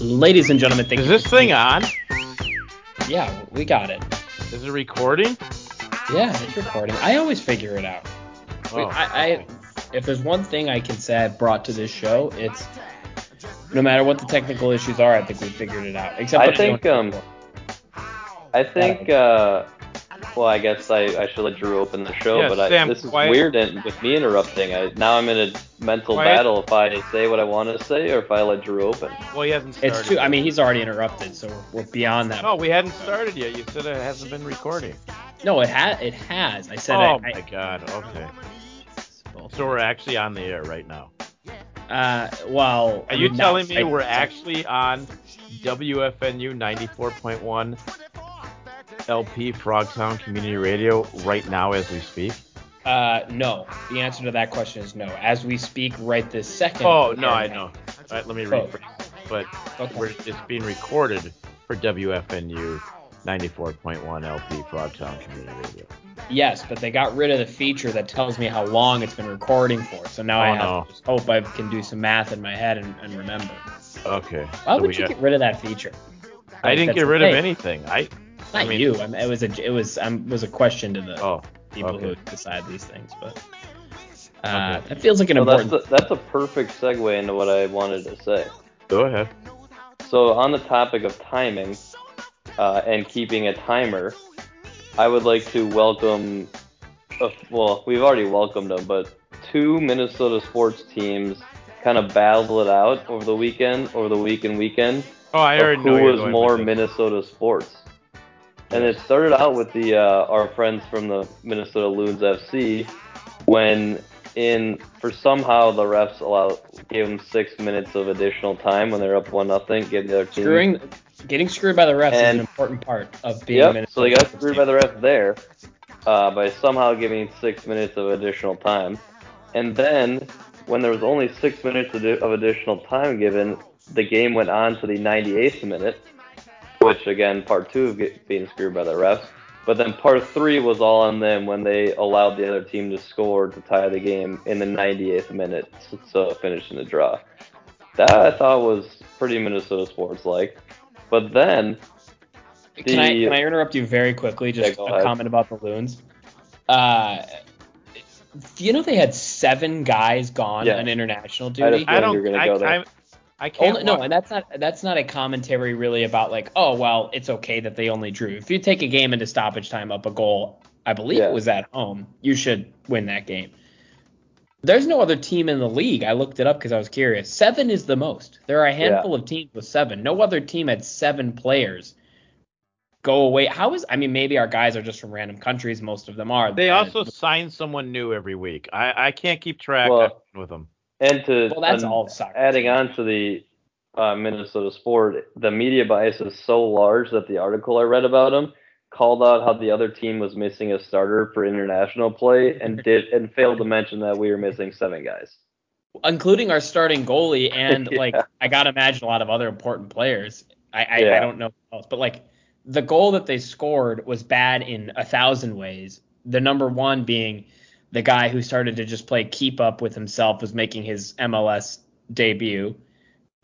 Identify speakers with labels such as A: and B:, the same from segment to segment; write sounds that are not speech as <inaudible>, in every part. A: Ladies and gentlemen, thank
B: Is
A: you.
B: this thing on?
A: Yeah, we got it.
B: Is it recording?
A: Yeah, it's recording. I always figure it out. We-
B: Oh,
A: I, I, if there's one thing I can say I've brought to this show, it's no matter what the technical issues are, I think we figured it out. Except
C: I
A: for
C: think, um, I think, uh, well, I guess I, I should let Drew open the show,
B: Yeah,
C: but I,
B: Sam,
C: this is
B: quiet.
C: weird and with me interrupting. I, now I'm in a mental
B: Quiet.
C: battle if I say what I want to say or if I let Drew open.
B: well, he hasn't started.
A: it's too. I
B: yet.
A: mean, he's already interrupted, so we're, we're beyond that.
B: No, we hadn't started yet. You said it hasn't been recording.
A: No, it ha- it has. I said
B: oh
A: I,
B: my God. Okay. So we're actually on the air right now.
A: I, uh, well.
B: Are you telling me we're
A: actually?
B: actually on WFNU 94.1 LP Frogtown Community Radio right now as we speak?
A: Uh, no. The answer to that question is no. As we speak right this second.
B: Oh no, I know. All right, let me
A: Oh.
B: rephrase. But
A: Okay.
B: we're, it's being recorded for WFNU 94.1 LP Frogtown Community Radio.
A: Yes, but they got rid of the feature that tells me how long it's been recording for. So now I
B: Oh,
A: have
B: no.
A: to just hope I can do some math in my head and, and remember.
B: Okay.
A: Why
B: so
A: would
B: we-
A: you get rid of that feature?
B: I didn't
A: That's
B: get rid of
A: okay.
B: anything. I
A: Not
B: I mean-
A: you. I mean, it was a it was um, was a question to the
B: oh
A: people who
B: okay.
A: decide these things, but uh, that feels like an
C: Well, that's
A: important.
C: a, that's a perfect segue into what I wanted to say.
B: go ahead.
C: So on the topic of timing uh, and keeping a timer, I would like to welcome. Uh, well, we've already welcomed them, but two Minnesota sports teams kind of battled it out over the weekend, over the week and weekend.
B: Oh, I
C: of
B: already
C: who
B: know you're
C: was
B: going
C: more
B: with this.
C: Minnesota sports. And it started out with the uh, our friends from the Minnesota Loons FC when in for somehow the refs allowed gave them six minutes of additional time when they're up one nothing, gave the other team
A: Screwing, getting screwed by the refs is an
C: And-
A: important part of being. a
C: Yep. So
A: Minnesota
C: they got
A: sports
C: screwed
A: team.
C: by the ref there uh, by somehow giving six minutes of additional time, and then when there was only six minutes of of additional time given, the game went on to the 98th minute, which again part two of get, being screwed by the refs. But then part three was all on them when they allowed the other team to score to tie the game in the 98th minute, so, so finishing the draw. That I thought was pretty Minnesota sports like. But then
A: Can I,
C: the-
A: can I interrupt you very quickly?
C: Yeah,
A: Just
C: go
A: a
C: ahead.
A: comment about the loons. Uh, do you know they had seven guys gone
C: Yeah.
A: on international
C: I
A: duty?
C: just-
B: I
C: Yeah,
B: don't.
C: you're gonna
B: I,
C: go there.
B: I, I can't.
A: Only, no,
B: watch-
A: and that's not that's not a commentary really about like, oh well, it's okay that they only drew. If you take a game into stoppage time up a goal, I believe
C: Yeah.
A: it was at home, you should win that game. There's no other team in the league. I looked it up because I was curious. Seven is the most. There are a handful of teams with seven. No other team had seven players go away. How is? I mean, maybe our guys are just from random countries. Most of them are.
B: They
A: And-
B: also sign someone new every week. I, I can't keep track
C: Well-
B: with them.
C: And to
A: well, that's
C: and
A: all soccer.
C: adding on to the uh, Minnesota sport, the media bias is so large that the article I read about him called out how the other team was missing a starter for international play
B: <laughs>
C: and did and failed to mention that we were missing seven guys.
A: including our starting goalie and
C: <laughs> Yeah.
A: like I gotta imagine a lot of other important players. I I, I
C: Yeah.
A: don't know who else, but like the goal that they scored was bad in a thousand ways. The number one being the guy who started to just play keep up with himself was making his MLS debut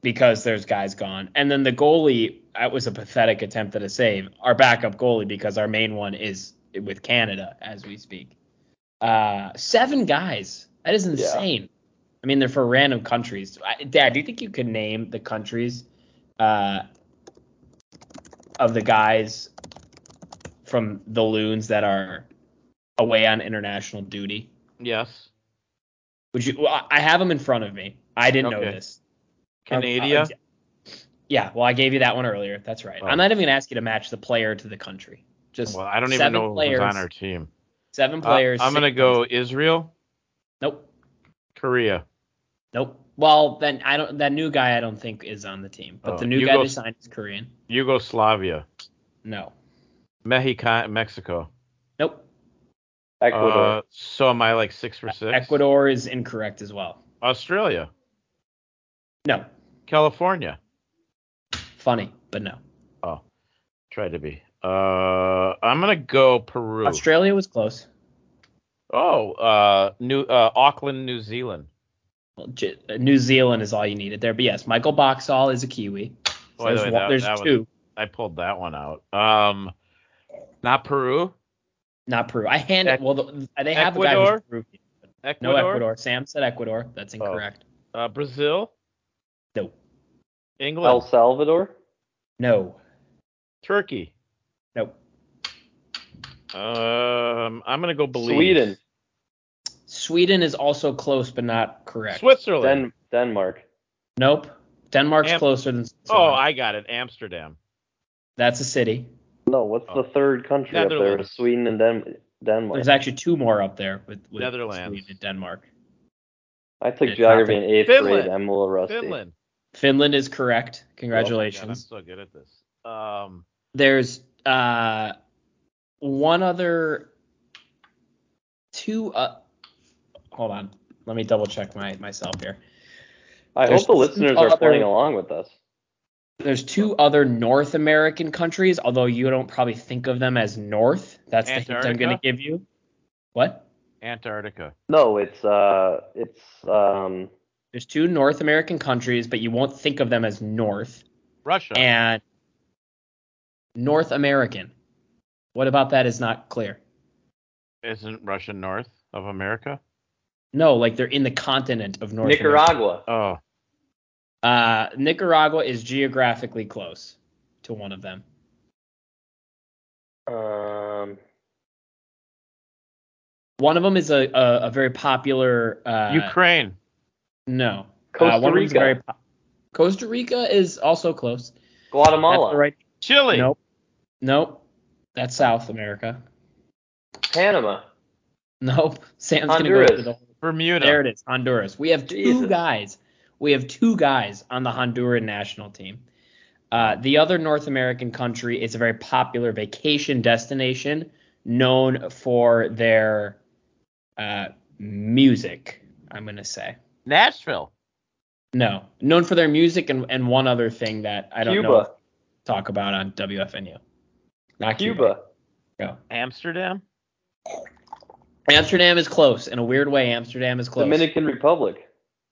A: because there's guys gone, and then the goalie that was a pathetic attempt at a save. Our backup goalie because our main one is with Canada as we speak. Uh, seven guys. That is insane. I mean, they're for random countries. I, Dad, do you think you could name the countries uh, of the guys from the loons that are away on international duty?
B: Yes.
A: Would you? Well, I I have them in front of me. I didn't know
B: Okay.
A: this. Um,
B: Canada.
A: uh, yeah. Well, I gave you that one earlier. That's right.
B: Oh.
A: I'm not even gonna ask you to match the player to the country. Just
B: well, I don't even
A: seven
B: know
A: players,
B: who's on our team.
A: seven
B: Uh,
A: players.
B: I'm
A: six
B: gonna
A: countries.
B: go Israel,
A: Nope.
B: Korea.
A: Nope. Well, then I don't. That new guy I don't think is on the team. But
B: Oh,
A: the new
B: you
A: guy
B: go-
A: they signed is Korean.
B: Yugoslavia,
A: No.
B: Mexico, Mexico.
A: Nope.
C: Ecuador.
B: Uh, so am I like six for six?
A: Ecuador is incorrect as well.
B: Australia,
A: No.
B: California.
A: Funny, but no.
B: Oh, try to be. Uh, I'm gonna go Peru.
A: Australia was close.
B: Oh, uh, New uh, Auckland, New Zealand.
A: Well, J- New Zealand is all you needed there. But yes, Michael Boxall is a Kiwi. So there's
B: the way,
A: one-
B: that-
A: there's
B: that was-
A: two,
B: I pulled that one out. Um, not Peru,
A: not Peru. I hand
B: Ec-
A: well the, they have a guy
B: Ecuador?
A: who's Peruvian. No
B: Ecuador,
A: Ecuador. Sam said Ecuador. That's incorrect.
B: Uh, Brazil,
A: No.
B: England,
C: El Salvador.
A: No.
B: Turkey.
A: No.
B: Um, I'm gonna go Belize.
C: Sweden.
A: Sweden is also close but not correct.
B: Switzerland.
C: Den- Denmark.
A: Nope. Denmark's
B: Am-
A: closer than
B: oh,
A: Switzerland.
B: I got it. Amsterdam.
A: That's a city.
C: No, what's
B: Oh.
C: the third country up there?
B: Netherlands.
C: Sweden and Den- Denmark.
A: There's actually two more up there with, with
B: Netherlands.
A: Sweden and Denmark.
C: I took
A: Yeah,
C: geography in eighth
B: Finland.
C: grade. I'm a little rusty.
B: Finland.
A: Finland is correct.
B: Oh my God, I'm
A: Congratulations.
B: so good at this. Um,
A: There's uh one other two uh hold on. Let me double check my myself here.
C: I
A: There's
C: hope the listeners are
A: other-
C: playing along with us.
A: There's two other North American countries, although you don't probably think of them as North. That's the hint I'm going to
B: Antarctica?
A: give you. What?
B: Antarctica.
C: No, it's uh, it's um,
A: There's two North American countries, but you won't think of them as North.
B: Russia.
A: And North American. What about that is not clear?
B: Isn't Russia north of America?
A: No, like they're in the continent of North America.
C: Nicaragua.
B: Oh,
A: Uh, Nicaragua is geographically close to one of them.
C: Um,
A: One of them is a, a, a very popular. Uh,
B: Ukraine.
A: No.
C: Costa
A: Uh, one of them's
C: Rica.
A: very po- Costa Rica is also close. That's
C: Guatemala.
A: the right.
B: Chile.
A: Nope. Nope. That's South America. <laughs>
C: Panama.
A: Nope. Sam's
C: Honduras.
A: gonna go to the
B: Bermuda.
A: There it is, Honduras. We have two
C: Jesus.
A: guys. We have two guys on the Honduran national team. Uh, the other North American country is a very popular vacation destination known for their uh, music, I'm going to say.
B: Nashville.
A: No, known for their music and, and one other thing that I don't
C: Cuba.
A: know if we talk about on WFNU. Not Cuba.
C: Cuba.
A: No.
B: Amsterdam.
A: Amsterdam is close. In a weird way, Amsterdam is close.
C: Dominican Republic.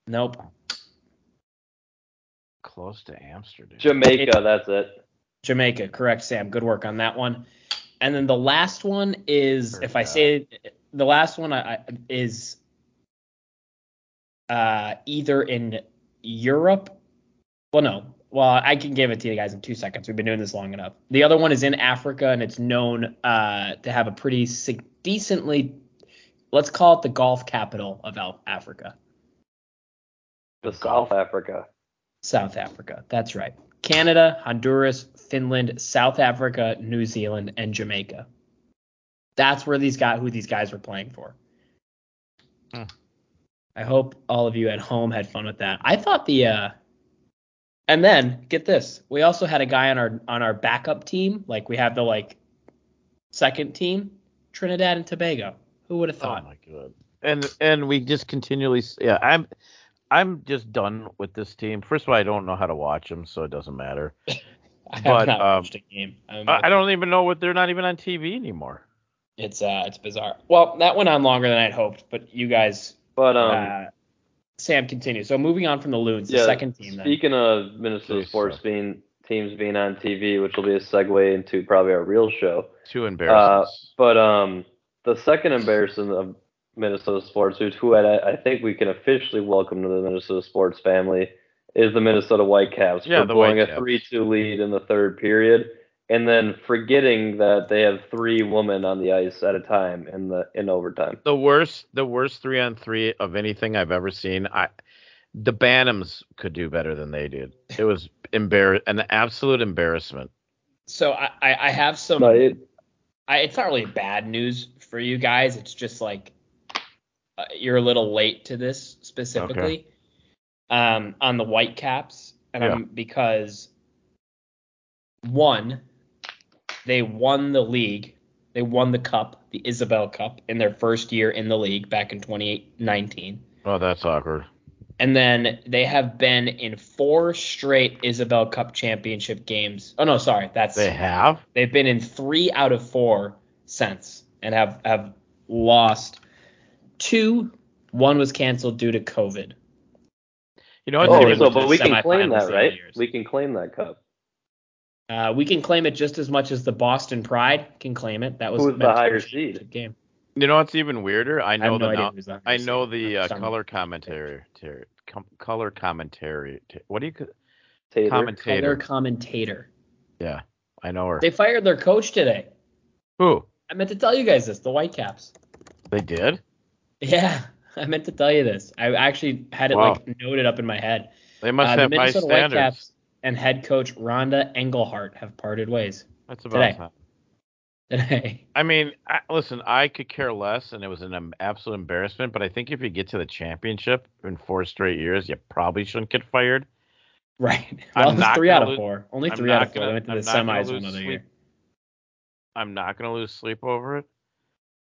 A: nope.
B: Close to Amsterdam.
C: Jamaica. that's it.
A: Jamaica, correct, Sam. Good work on that one. And then the last one is, if I say the last one I, I- is uh, either in Europe. Well, no. Well, I can give it to you guys in two seconds. We've been doing this long enough. The other one is in Africa, and it's known uh, to have a pretty sig- decently, let's call it the golf capital of Al- Africa,
C: The South Africa.
A: South Africa. That's right. Canada, Honduras, Finland, South Africa, New Zealand, and Jamaica. That's where these guys, who these guys were playing for.
B: Hmm.
A: I hope all of you at home had fun with that. I thought the, uh, and then get this, we also had a guy on our on our backup team, like we have the like second team, Trinidad and Tobago. Who would have
B: Oh
A: thought?
B: my god. And and we just continually. s- Yeah, I'm I'm just done with this team. First of all, I don't know how to watch them, so it doesn't matter.
A: I have
B: but,
A: not
B: um,
A: watched a game. I'm-
B: I, I don't even know what they're not even on TV anymore.
A: It's uh, it's bizarre. Well, that went on longer than I'd hoped, but you guys,
C: But um,
A: uh, Sam, continue. So moving on from the Loons, the
C: Yeah,
A: second team. Then.
C: Speaking of Minnesota
B: Jeez,
C: sports
B: sorry.
C: being teams being on TV, which will be a segue into probably our real show.
B: Too
A: Uh,
B: embarrassing.
C: But um, the second embarrassment of Minnesota sports, who, who I, I think we can officially welcome to the Minnesota sports family, is the Minnesota Whitecaps
B: Yeah,
C: for
B: the
C: blowing a
B: Whitecaps.
C: three-two lead in the third period, and then forgetting that they have three women on the ice at a time in the in overtime.
B: the worst the worst three on three of anything I've ever seen. I the Bantams could do better than they did. It was embar an absolute embarrassment.
A: So I, I, I have some.
C: No, it,
A: I, it's not really bad news for you guys. It's just like uh, you're a little late to this specifically um, on the Whitecaps, and I'm because one, they won the league, they won the cup, the Isabel Cup, in their first year in the league back in 2019.
B: Oh, that's awkward.
A: And then they have been in four straight Isabel Cup championship games. Oh no, sorry, that's
B: They have.
A: They've been in three out of four since and have have lost two. One was canceled due to COVID.
B: You know
A: I
B: what?
A: think it
C: oh,
B: They
A: was
C: so
B: were-
A: the
C: but we can claim
A: semifinals the
C: that,
A: other
C: right?
A: years.
C: We can claim that cup.
A: Uh, we can claim it just as much as the Boston Pride can claim it. That was
C: Who's the
A: that's a
C: higher
A: good
C: seed?
A: game.
B: You know what's even weirder?
A: I
B: I
A: have
B: know
A: no
B: the
A: idea
B: no-
A: who's the higher
B: I know
A: seed.
B: the
A: I'm
B: uh,
A: sorry.
B: color commentary. ter- Com- color commentary. ter- what do you? ca-
C: Tater.
A: color
B: Commentator.
A: commentator.
B: Yeah, I know her.
A: They fired their coach today.
B: Who?
A: I meant to tell you guys this. The Whitecaps.
B: They did.
A: Yeah, <laughs> I meant to tell you this. I actually had it
B: Wow.
A: like noted up in my head.
B: They must
A: Uh, the
B: have high
A: Minnesota
B: standards.
A: Whitecaps and head coach Rhonda Engelhart have parted ways
B: That's about
A: today.
B: time.
A: today. <laughs>
B: I mean, I, listen, I could care less, and it was an um, absolute embarrassment. But I think if you get to the championship in four straight years, you probably shouldn't get fired.
A: right.
B: I'm
A: Well, it was
B: not
A: three
B: gonna
A: out of
B: lose-
A: four. Only
B: I'm
A: 3 out
B: not
A: of four.
B: gonna-
A: they went to
B: I'm
A: the
B: not gonna
A: semis
B: lose
A: one other
B: sleep
A: year.
B: I'm not going to lose sleep over it.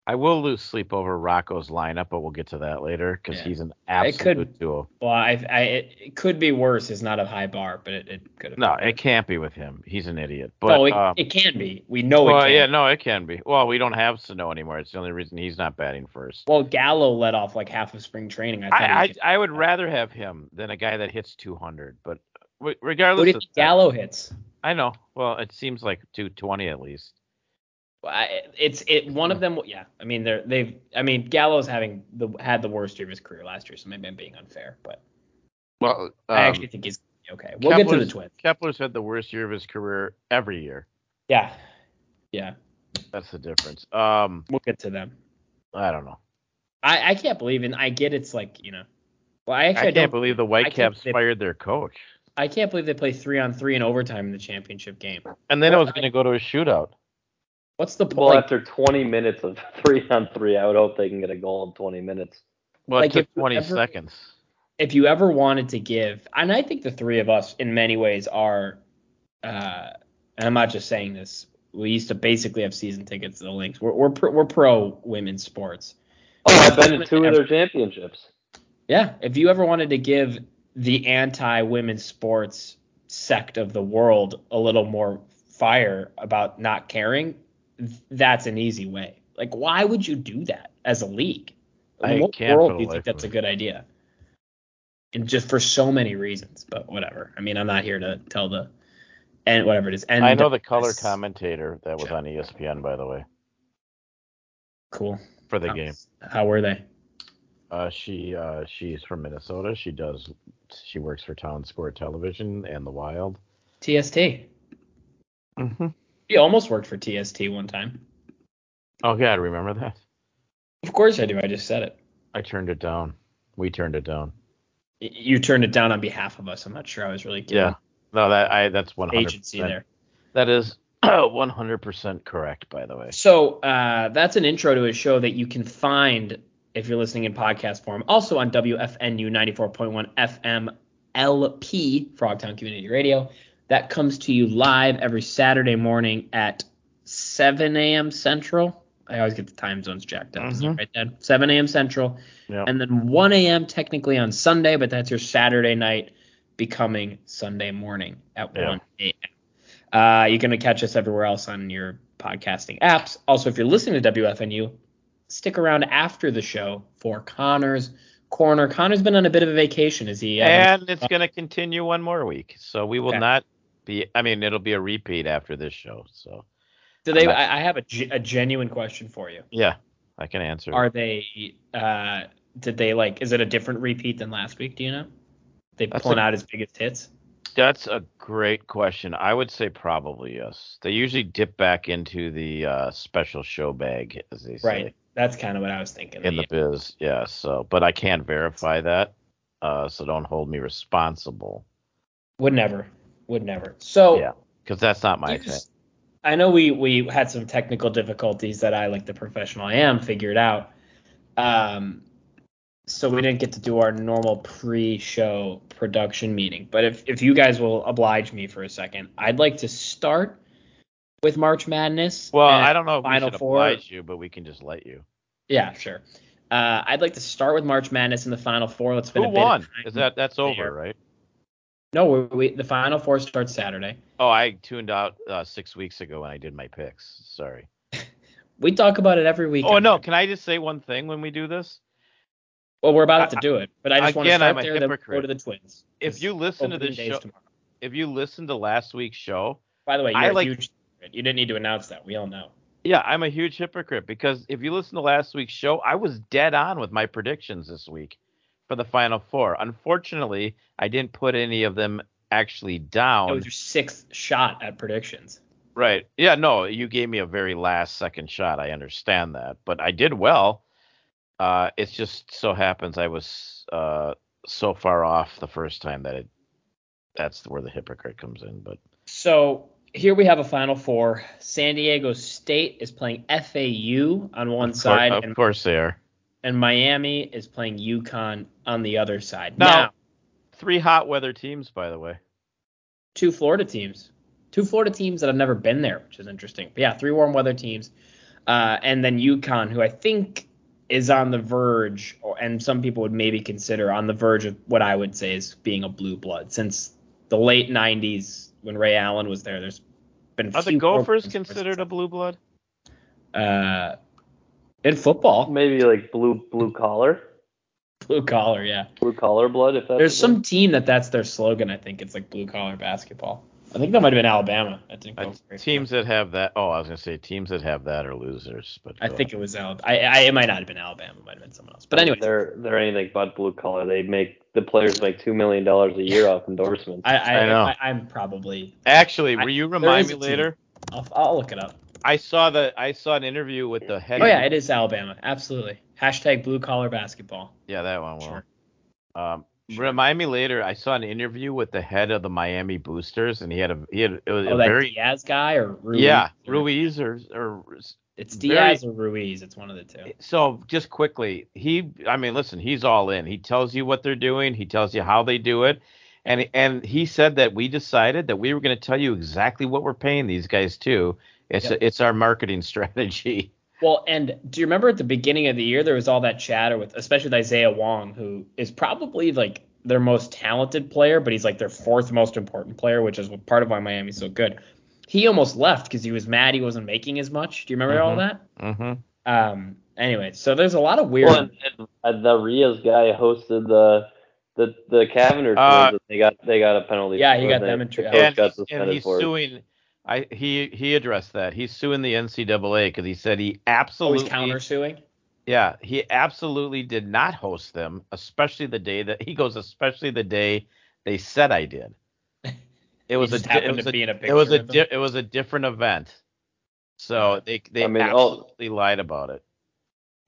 B: I will lose sleep over Rocco's lineup, but we'll get to that later because
A: Yeah.
B: he's an
A: It
B: absolute
A: could-
B: duo.
A: Well, I, I it, it could be worse. Is not a high bar, but it, it could have.
B: No, it can't be with him. He's an idiot. But
A: no, it,
B: um,
A: it can be. We know it
B: well,
A: can.
B: yeah, no, it can be. Well, we don't have Sano anymore. It's the only reason he's not batting first.
A: Well, Gallo let off like half of spring training. I thought he was
B: I,
A: gonna-
B: I, I would rather have him than a guy that hits 200. But w- regardless,
A: Who do you
B: of
A: think
B: that-
A: Gallo hits?
B: I know. Well, it seems like 220 at least.
A: Well, I- It's it. One of them. Yeah, I mean they're they've. I mean Gallo's having the had the worst year of his career last year, so maybe I'm being unfair, but
B: Well,
A: I actually think he's okay. We'll get to the
B: Kepler's-
A: Twins.
B: Kepler's had the worst year of his career every year.
A: Yeah, yeah,
B: That's the difference. Um,
A: we'll get to them.
B: I don't know.
A: I I can't believe, and I get it's like you know. Well, I actually
B: I can't
A: don't.
B: believe the Whitecaps
A: they-
B: fired their coach.
A: I can't believe they play three on three in overtime in the championship game.
B: And then it
A: Well,
B: was going to go to a shootout.
A: What's the point?
C: Well, after 20 minutes of <laughs> three on three, I would hope they can get a goal in 20 minutes.
B: Well,
A: Like,
B: it took
A: if you
B: 20
A: ever-
B: seconds.
A: if you ever wanted to give, and I think the three of us in many ways are, uh, and I'm not just saying this. We used to basically have season tickets to the links. We're we're pro, we're pro women's sports.
C: Oh, I've been to two of their championships.
A: Yeah, if you ever wanted to give the anti women's sports sect of the world a little more fire about not caring, th- that's an easy way. Like, why would you do that as a league?
B: I
A: In what
B: can't
A: world
B: for
A: do you think
B: the life of
A: that's a
B: me.
A: good idea? And just for so many reasons, but whatever. I mean, I'm not here to tell the and whatever it is. And
B: I know the color
A: it's
B: commentator that was
A: Yeah.
B: on E ESPN, by the way,
A: Cool.
B: for the
A: How-
B: game.
A: How were they?
B: Uh, she uh, she's from Minnesota. She does she works for Town Square Television and the Wild.
A: TST.
B: Mm-hmm.
A: We almost worked for TST one time.
B: Oh God, remember that?
A: Of course I do. I just said it.
B: I turned it down. We turned it down.
A: Y- you turned it down on behalf of us. I'm not sure I was really giving
B: Yeah. No, that I that's one hundred
A: agency there.
B: That is <clears throat> one hundred percent correct, by the way.
A: So uh, that's an intro to a show that you can find if you're listening in podcast form, also on WFNU 94.1 FM LP, Frogtown Community Radio. That comes to you live every Saturday morning at 7 a.m. Central. I always get the time zones jacked up. Is that
B: Mhm.
A: right, Dad? 7 a.m. Central.
B: Yeah.
A: and then 1 a.m. technically on Sunday, but that's your Saturday night becoming Sunday morning at
B: Yeah.
A: 1 a.m. Uh, you're going to catch us everywhere else on your podcasting apps. Also, if you're listening to WFNU, stick around after the show for Connor's Corner. Connor's been on a bit of a vacation. Is he? uh,
B: and it's going to continue one more week. So we will
A: Okay.
B: not be. I mean, it'll be a repeat after this show. So
A: do they? I, I have a, ge- a genuine question for you.
B: yeah, I can answer.
A: Are they? Uh, did they like? Is it a different repeat than last week? Do you know? They
B: That's
A: pulling
B: a-
A: out his biggest hits.
B: That's a great question. I would say probably yes. They usually dip back into the uh, special show bag, as they say
A: Right. That's kind of what I was thinking.
B: in the biz. Yeah. So, but I can't verify that. Uh, so don't hold me responsible.
A: Would never. Would never. So
B: yeah, because that's not my
A: Oh. you
B: thing.
A: just- I know we we had some technical difficulties that I, like the professional I am, figured out. Um, so we didn't get to do our normal pre-show production meeting. But if if you guys will oblige me for a second, I'd like to start with March Madness.
B: Well,
A: and-
B: I don't know if
A: Final
B: we should
A: Four.
B: oblige you, but we can just let you.
A: Yeah, sure. Uh, I'd like to start with March Madness in the Final Four. Let's
B: Who
A: spend a bit of
B: won?
A: time-
B: Is that that's over,
A: there.
B: right?
A: No, we, we, the Final Four starts Saturday.
B: Oh, I tuned out uh, six weeks ago when I did my picks. Sorry.
A: We talk about it every week.
B: Oh no, can I just say one thing when we do this?
A: Well, we're about
B: I-
A: to do it, but I just want to
B: Again,
A: start
B: I'm a
A: there. Then we'll go
B: hypocrite.
A: to the Twins.
B: If
A: It's
B: you listen to
A: opening
B: this
A: days
B: show-
A: tomorrow.
B: If you listen to last week's show,
A: By the way, you're
B: I
A: a
B: like-
A: huge. hypocrite. You didn't need to announce that. We all know.
B: Yeah, I'm a huge hypocrite because if you listen to last week's show, I was dead on with my predictions this week for the final four. Unfortunately, I didn't put any of them actually
A: That
B: down.
A: was your sixth shot at predictions.
B: Right. Yeah, no, you gave me a very last second shot. I understand that, but I did well. Uh it's just so happens I was uh so far off the first time that it that's where the hypocrite comes in, but
A: So here we have a final four. San Diego State is playing FAU on one
B: of cour-
A: side,
B: of
A: and,
B: course they are.
A: and Miami is playing UConn on the other side.
B: No.
A: Now,
B: Three hot weather teams, by the way.
A: two Florida teams, two Florida teams that have never been there, which is interesting. But yeah, three warm weather teams, uh, and then UConn, who I think is on the verge, or, and some people would maybe consider on the verge of what I would say is being a blue blood since the late '90s when Ray Allen was there. There's been
B: Are the
A: few
B: Gophers
A: programs-
B: considered a blue blood?
A: uh, in football, <laughs>
C: Maybe like blue blue collar,
A: blue collar, yeah.
C: blue collar blood. If that's
A: There's
C: what-
A: some team that that's their slogan. I think it's like blue collar basketball. I think that might have been Alabama. I think
B: Uh, teams that have that. Oh, I was gonna say teams that have that are losers. But
A: I
B: go
A: think it was Alabama. I, I it might not have been Alabama. It might have been someone else. But anyway,
C: they're they're anything but blue collar. They make the players make two million dollars a year off endorsements.
A: I, I,
B: I know.
A: I, am probably.
B: Actually,
A: I-
B: will you
A: there
B: remind
A: is
B: me
A: a team.
B: later?
A: I'll, I'll look it up.
B: I saw the I saw an interview with the head.
A: Oh yeah, it is Alabama. Absolutely. Hashtag blue collar basketball.
B: yeah, that one. Will.
A: Sure.
B: Um,
A: Sure.
B: remind me later. I saw an interview with the head of the Miami Boosters, and he had a he had it was
A: Oh,
B: a
A: that
B: very
A: Diaz guy or Ruiz.
B: yeah Ruiz or or
A: It's
B: very-
A: Diaz or Ruiz. It's one of the two.
B: so just quickly he i mean listen he's all in he tells you what they're doing he tells you how they do it and and he said that we decided that we were going to tell you exactly what we're paying these guys too it's
A: Yep.
B: it's our marketing <laughs> strategy
A: Well, and do you remember at the beginning of the year there was all that chatter with, especially with Isaiah Wong, who is probably like their most talented player, but he's like their fourth most important player, which is part of why Miami's so good. He almost left because he was mad he wasn't making as much. Do you remember all
B: Mhm.
A: that?
B: hmm
A: Um. Anyway, so there's a lot of weird.
C: Well, and, and the Rios guy hosted the the the Cavender tours,
B: Uh,
C: and they got they got a penalty.
A: Yeah,
C: for
A: he
C: it,
A: got
C: and
A: them
C: they-
A: in tr- uh,
C: the coach
B: and,
C: got
B: he's-
C: suspended
B: and he's
C: for it.
B: suing i he he addressed that he's suing the ncaa because he said he absolutely
A: always countersuing.
B: Yeah, he absolutely did not host them, especially the day that he goes, especially the day they said I
A: <laughs>
B: did. It was a
A: just
B: di- it
A: happened
B: was
A: to
B: a,
A: be in a
B: it was a
A: picture with
B: di- it was a different event. So they they
C: I mean, all-
B: absolutely lied about it.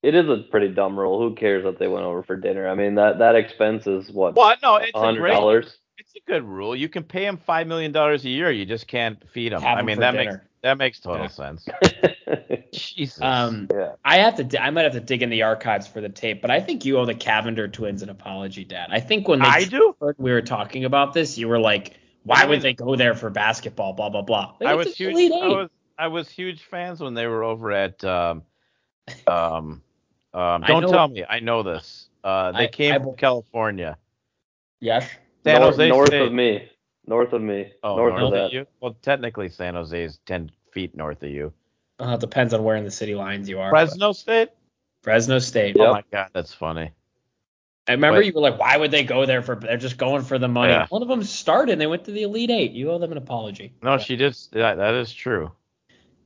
C: It is a pretty dumb rule. Who cares if they went over for dinner? I mean that that expense is what
B: Well, no, it's a
C: hundred
B: great
C: dollars. <laughs>
B: it's a good rule. You can pay him five million dollars a year. You just can't feed him.
A: Have
B: I
A: 'em
B: mean
A: for
B: that
A: dinner.
B: makes that makes total
A: Yeah.
B: sense.
C: yeah.
B: <laughs> Jesus.
A: Um. I have to. di- I might have to dig in the archives for the tape, but I think you owe the Cavender twins an apology, Dad. I think when they
B: I do.
A: transferred, we were talking about this, you were like, "Why
B: I
A: would
B: was-
A: they go there for basketball?" Blah blah blah. Like, it's
B: I was
A: an
B: huge.
A: Elite
B: I
A: Eight.
B: was I was huge fans when they were over at um um um.
A: I
B: Don't
A: know-
B: tell me. I know this. Uh, they
A: I-
B: came
A: I
B: from
A: will-
B: California.
A: yes.
B: San
C: north,
B: Jose
C: north
B: State.
C: of me. North of me.
B: Oh,
C: north,
B: north
C: of that.
B: of you. Well, technically San Jose is ten feet north of you.
A: Uh, it depends on where in the city lines you are. but-
B: Fresno State.
A: Fresno State.
B: Oh
C: Yep.
B: my God, that's funny.
A: I remember
B: But-
A: you were like, "Why would they go there for? They're just going for the money."
B: Yeah.
A: One of them started. and They went to the Elite Eight. You owe them an apology.
B: No,
A: But
B: she did. s- That, that is true.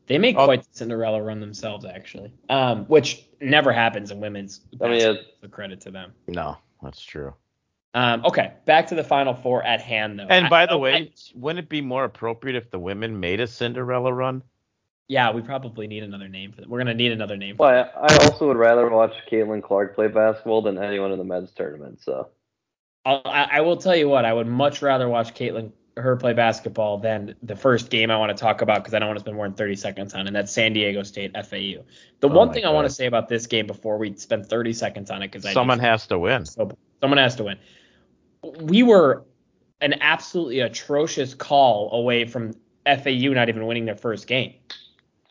A: They make
B: Oh.
A: quite the Cinderella run themselves, actually, um, which never happens in women's.
C: I mean,
A: basketball,
C: it's-
A: so credit to them.
B: No, that's true.
A: Um, okay, back to the final four at hand though.
B: And
A: I-
B: by the
A: I-
B: way, wouldn't it be more appropriate if the women made a Cinderella run?
A: yeah, we probably need another name for that. We're gonna need another name. For
C: Well, I, I also would rather watch Caitlin Clark play basketball than anyone in the men's tournament. So
A: I'll, I, I will tell you what, I would much rather watch Caitlin her play basketball than the first game I want to talk about because I don't want to spend more than 30 seconds on, and that's San Diego State FAU. The
B: Oh
A: one
B: my
A: thing I want
B: God.
A: to say about this game before we spend 30 seconds on it because I
B: Someone
A: just-
B: has to win.
A: So someone has to win. We were an absolutely atrocious call away from FAU not even winning their first game.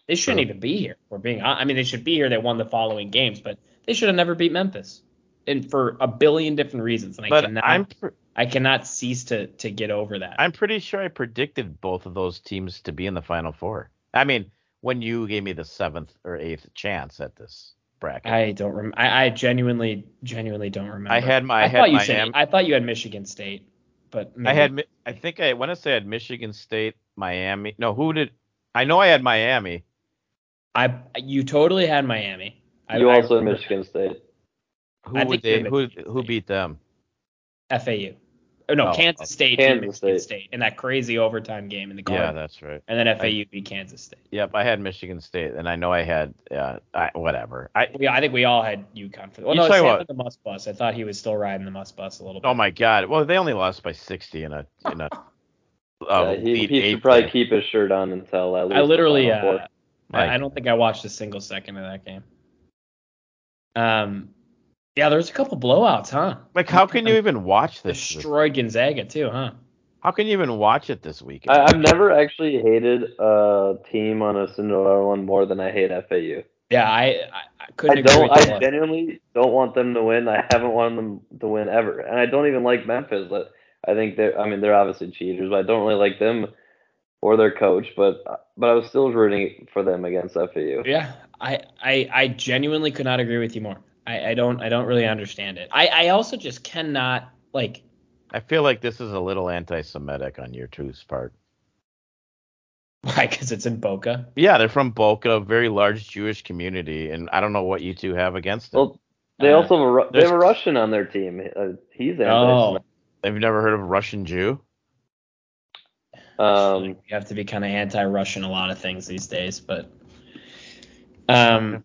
A: They shouldn't
B: True.
A: even be here. We're being hon- I mean they should be here. They won the following games, but they should have never beat Memphis. And for a billion different reasons. And I
B: But
A: cannot
B: I'm pr-
A: I cannot cease to to get over that.
B: I'm pretty sure I predicted both of those teams to be in the final four. I mean, when you gave me the seventh or eighth chance at this bracket, I,
A: I don't rem- I, I genuinely genuinely don't remember.
B: had my I,
A: I,
B: had
A: thought you
B: my
A: said
B: Am-
A: I thought you had Michigan State, but
B: I
A: maybe-
B: had Mi- I think I want to say I had Michigan State Miami. No, who did? I know I had Miami.
A: I you totally had Miami. I,
C: you
A: I
C: also had
A: remember
C: Michigan State.
B: Who
A: I think
B: would they?
A: you're
B: Who
A: Michigan
B: who
A: State.
B: beat them?
A: FAU. Oh, no,
B: Oh,
A: Kansas State beat
C: Kansas
A: Michigan
C: State.
A: State in that crazy overtime game in the
B: Yeah,
A: Garden.
B: that's right.
A: and then FAU beat Kansas State.
B: Yep, I had Michigan State, and I know I had uh, I, whatever. I
A: We, I think we all had UConn for that. Well,
B: You
A: no,
B: tell you
A: Sam
B: what.
A: had the bus bus. I thought he was still riding the bus bus a little bit.
B: oh my god. Well, they only lost by 60 in a in a.
C: <laughs> yeah,
A: Oh,
B: uh,
C: he,
B: Elite
C: he
B: Eight
C: should probably
B: game.
C: keep his shirt on until at least
A: I literally,
C: the Final
A: uh,
C: Four.
B: Like-
A: I, I don't think I watched a single second of that game. Um, yeah, there was a couple blowouts, huh?
B: Like, how can you even watch this? this-
A: Destroyed Gonzaga too, huh?
B: How can you even watch it this weekend?
C: I, I've never actually hated a team on a Cinderella one more than I hate FAU.
A: Yeah, I I, I couldn't
C: I
A: agree
C: don't.
A: with you
C: I
A: more.
C: genuinely don't want them to win. I haven't wanted them to win ever, and I don't even like Memphis. But I think they're. I mean, they're obviously cheaters, but I don't really like them or their coach. But but I was still rooting for them against FAU.
A: Yeah, I, I I genuinely could not agree with you more. I, I don't I don't really understand it. I, I also just cannot like <laughs>
B: I feel like this is a little anti-Semitic on your two's part.
A: why because it's in Boca.
B: Yeah, they're from Boca, a very large Jewish community, and I don't know what you two have against it.
C: Well, they
A: Uh,
C: also have a, Ru- they
B: there's-
C: have a Russian on their team. Uh, he's
A: Oh,
C: anti.
B: I've never heard of Russian Jew.
C: Um,
A: you have to be kind of anti-Russian a lot of things these days, but um.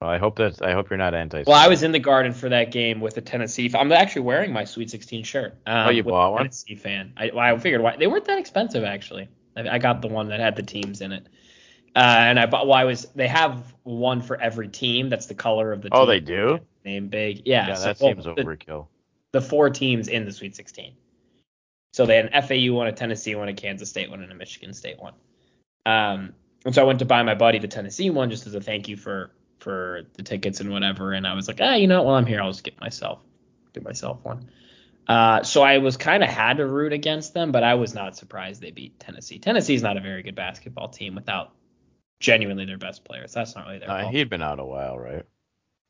B: Well, I hope that's. I hope you're not anti.
A: Well, I was in the garden for that game with a Tennessee. Fan. I'm actually wearing my Sweet 16 shirt. Um,
B: Oh, you
A: with
B: bought
A: a
B: one?
A: Tennessee fan. I, well, I figured why they weren't that expensive actually. I, I got the one that had the teams in it. Uh, and I bought. Well, I was. They have one for every team. That's the color of the.
B: Oh,
A: team.
B: they do.
A: name big. Yeah,
B: Yeah,
A: so
B: that
A: both
B: seems
A: the,
B: overkill.
A: The four teams in the Sweet 16. So they had an FAU one, a Tennessee one, a Kansas State one, and a Michigan State one. Um, and so I went to buy my buddy the Tennessee one just as a thank you for for the tickets and whatever. And I was like, ah, you know, what? while I'm here, I'll just get myself do myself one. Uh, so I was kind of had to root against them, but I was not surprised they beat Tennessee. Tennessee's not a very good basketball team without genuinely their best players. That's not really their
B: Uh,
A: fault.
B: he'd been out a while, right?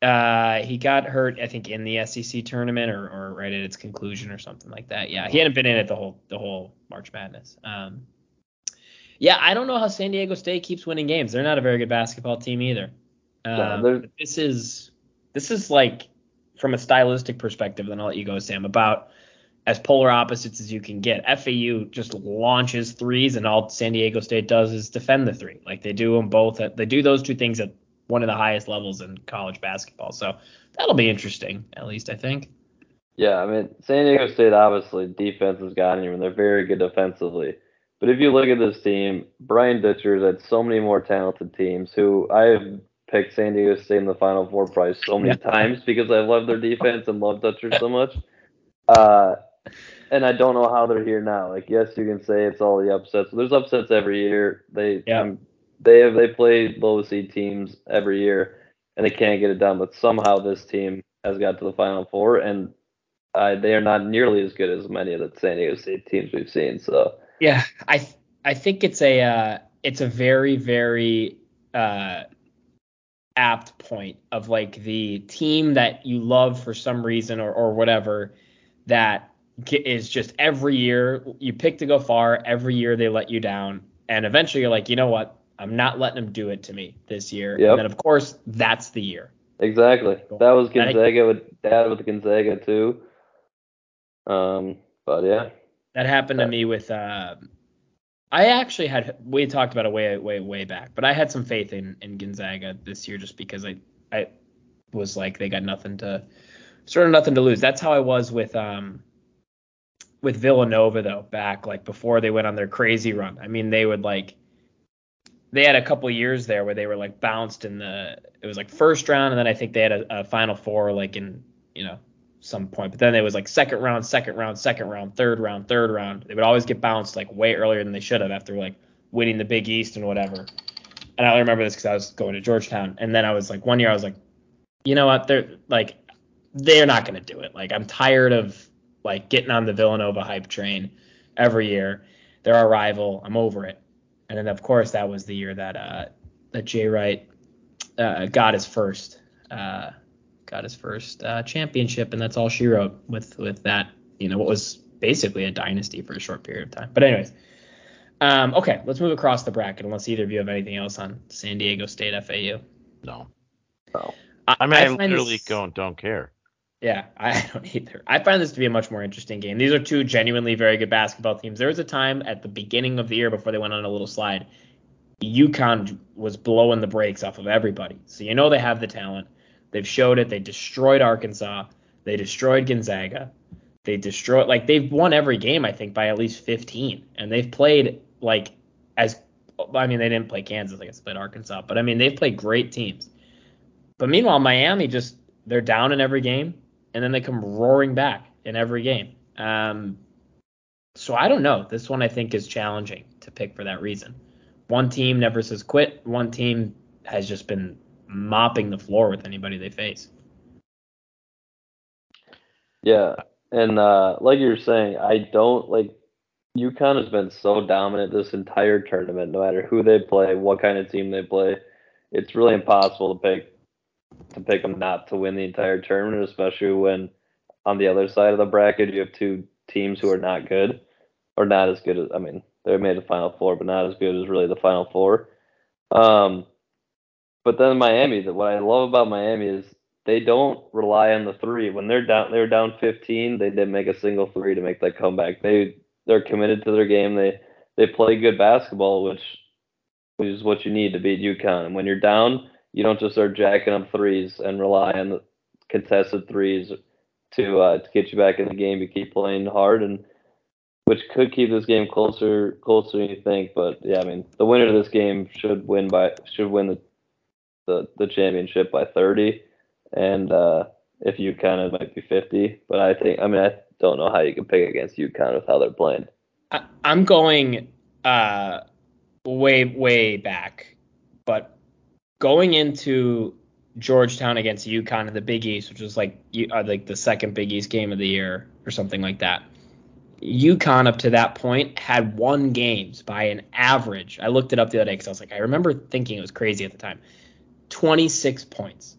A: Uh, he got hurt, I think, in the SEC tournament or, or right at its conclusion or something like that. Yeah, he hadn't been in it the whole the whole March Madness. Um, yeah, I don't know how San Diego State keeps winning games. They're not a very good basketball team either. Um,
C: they're-
A: but this is this is like from a stylistic perspective. Then I'll let you go, Sam. About as polar opposites as you can get. FAU just launches threes, and all San Diego State does is defend the three. Like they do them both. At, they do those two things at one of the highest levels in college basketball. So that'll be interesting, at least I think.
C: Yeah, I mean, San Diego State obviously defense has gotten you, and they're very good defensively. But if you look at this team, Brian Ditcher's had so many more talented teams who I've picked San Diego State in the Final Four probably so many times because I love their defense and love Dutcher so much. Uh, and I don't know how they're here now. Like, yes, you can say it's all the upsets. There's upsets every year. They
A: Yeah.
C: um, they have they play low seed teams every year, and they can't get it done. But somehow this team has got to the Final Four, and uh, they are not nearly as good as many of the San Diego State teams we've seen. So
A: Yeah, I th- I think it's a uh, it's a very very uh, apt point of like the team that you love for some reason or or whatever that ge- is just every year you pick to go far every year they let you down and eventually you're like you know what I'm not letting them do it to me this year
C: Yep.
A: and then of course that's the year
C: exactly, that was
A: And I-
C: Gonzaga with that with Gonzaga too. Um, but yeah,
A: That happened to
C: Uh,
A: me with. um I actually had we talked about it way way way back, but I had some faith in in Gonzaga this year just because I I was like they got nothing to sort of nothing to lose. That's how I was with um with Villanova though back like before they went on their crazy run. I mean they would like they had a couple years there where they were like bounced in the it was like first round and then I think they had a, a final four like in you know some point. But then it was like second round, second round, second round, third round, third round. They would always get bounced like way earlier than they should have after like winning the Big East and whatever. And I remember this because I was going to Georgetown, and then I was like, one year I was like, you know what? They're like, they're not gonna do it. Like I'm tired of like getting on the Villanova hype train every year. They're our rival. I'm over it. And then of course that was the year that uh that Jay Wright uh, got his first uh got his first uh, championship, and that's all she wrote with with that. You know, what was basically a dynasty for a short period of time. But anyways, Um, okay, let's move across the bracket unless either of you have anything else on San Diego State FAU.
B: No.
C: So
B: I mean, I,
A: find
B: literally
A: this-
B: don't don't care.
A: Yeah, I <laughs> don't either. I find this to be a much more interesting game. These are two genuinely very good basketball teams. There was a time at the beginning of the year before they went on a little slide, UConn was blowing the brakes off of everybody. So you know they have the talent. They've showed it. They destroyed Arkansas. They destroyed Gonzaga. They destroyed like they've won every game I think by at least 15, and they've played like as I mean they didn't play Kansas like I played Arkansas, but I mean they've played great teams. But meanwhile, Miami just they're down in every game, and then they come roaring back in every game. Um, so I don't know. This one I think is challenging to pick for that reason. One team never says quit. One team has just been mopping the floor with anybody they face.
C: yeah, and uh, like you were saying, I don't like UConn has been so dominant this entire tournament. No matter who they play, what kind of team they play, it's really impossible to pick to pick them not to win the entire tournament, especially when on the other side of the bracket you have two teams who are not good or not as good as I mean they made the final four, but not as good as really the final four. Um, but then Miami, the, what I love about Miami is they don't rely on the three. When they're down, they were down 15. They didn't make a single three to make that comeback. They they're committed to their game. They they play good basketball, which is what you need to beat UConn. And when you're down, you don't just start jacking up threes and rely on the contested threes to uh, to get you back in the game. You keep playing hard, and which could keep this game closer closer than you think. But yeah, I mean, the winner of this game should win by should win the the, the championship by 30, and uh, if UConn it might be 50. But I think I mean I don't know how you can pick against UConn with how they're playing.
A: I, I'm going uh, way, way back, but going into Georgetown against UConn in the Big East, which was like you- uh, like the second Big East game of the year or something like that. UConn up to that point had won games by an average. I looked it up the other day because I was like, I remember thinking it was crazy at the time. 26 points.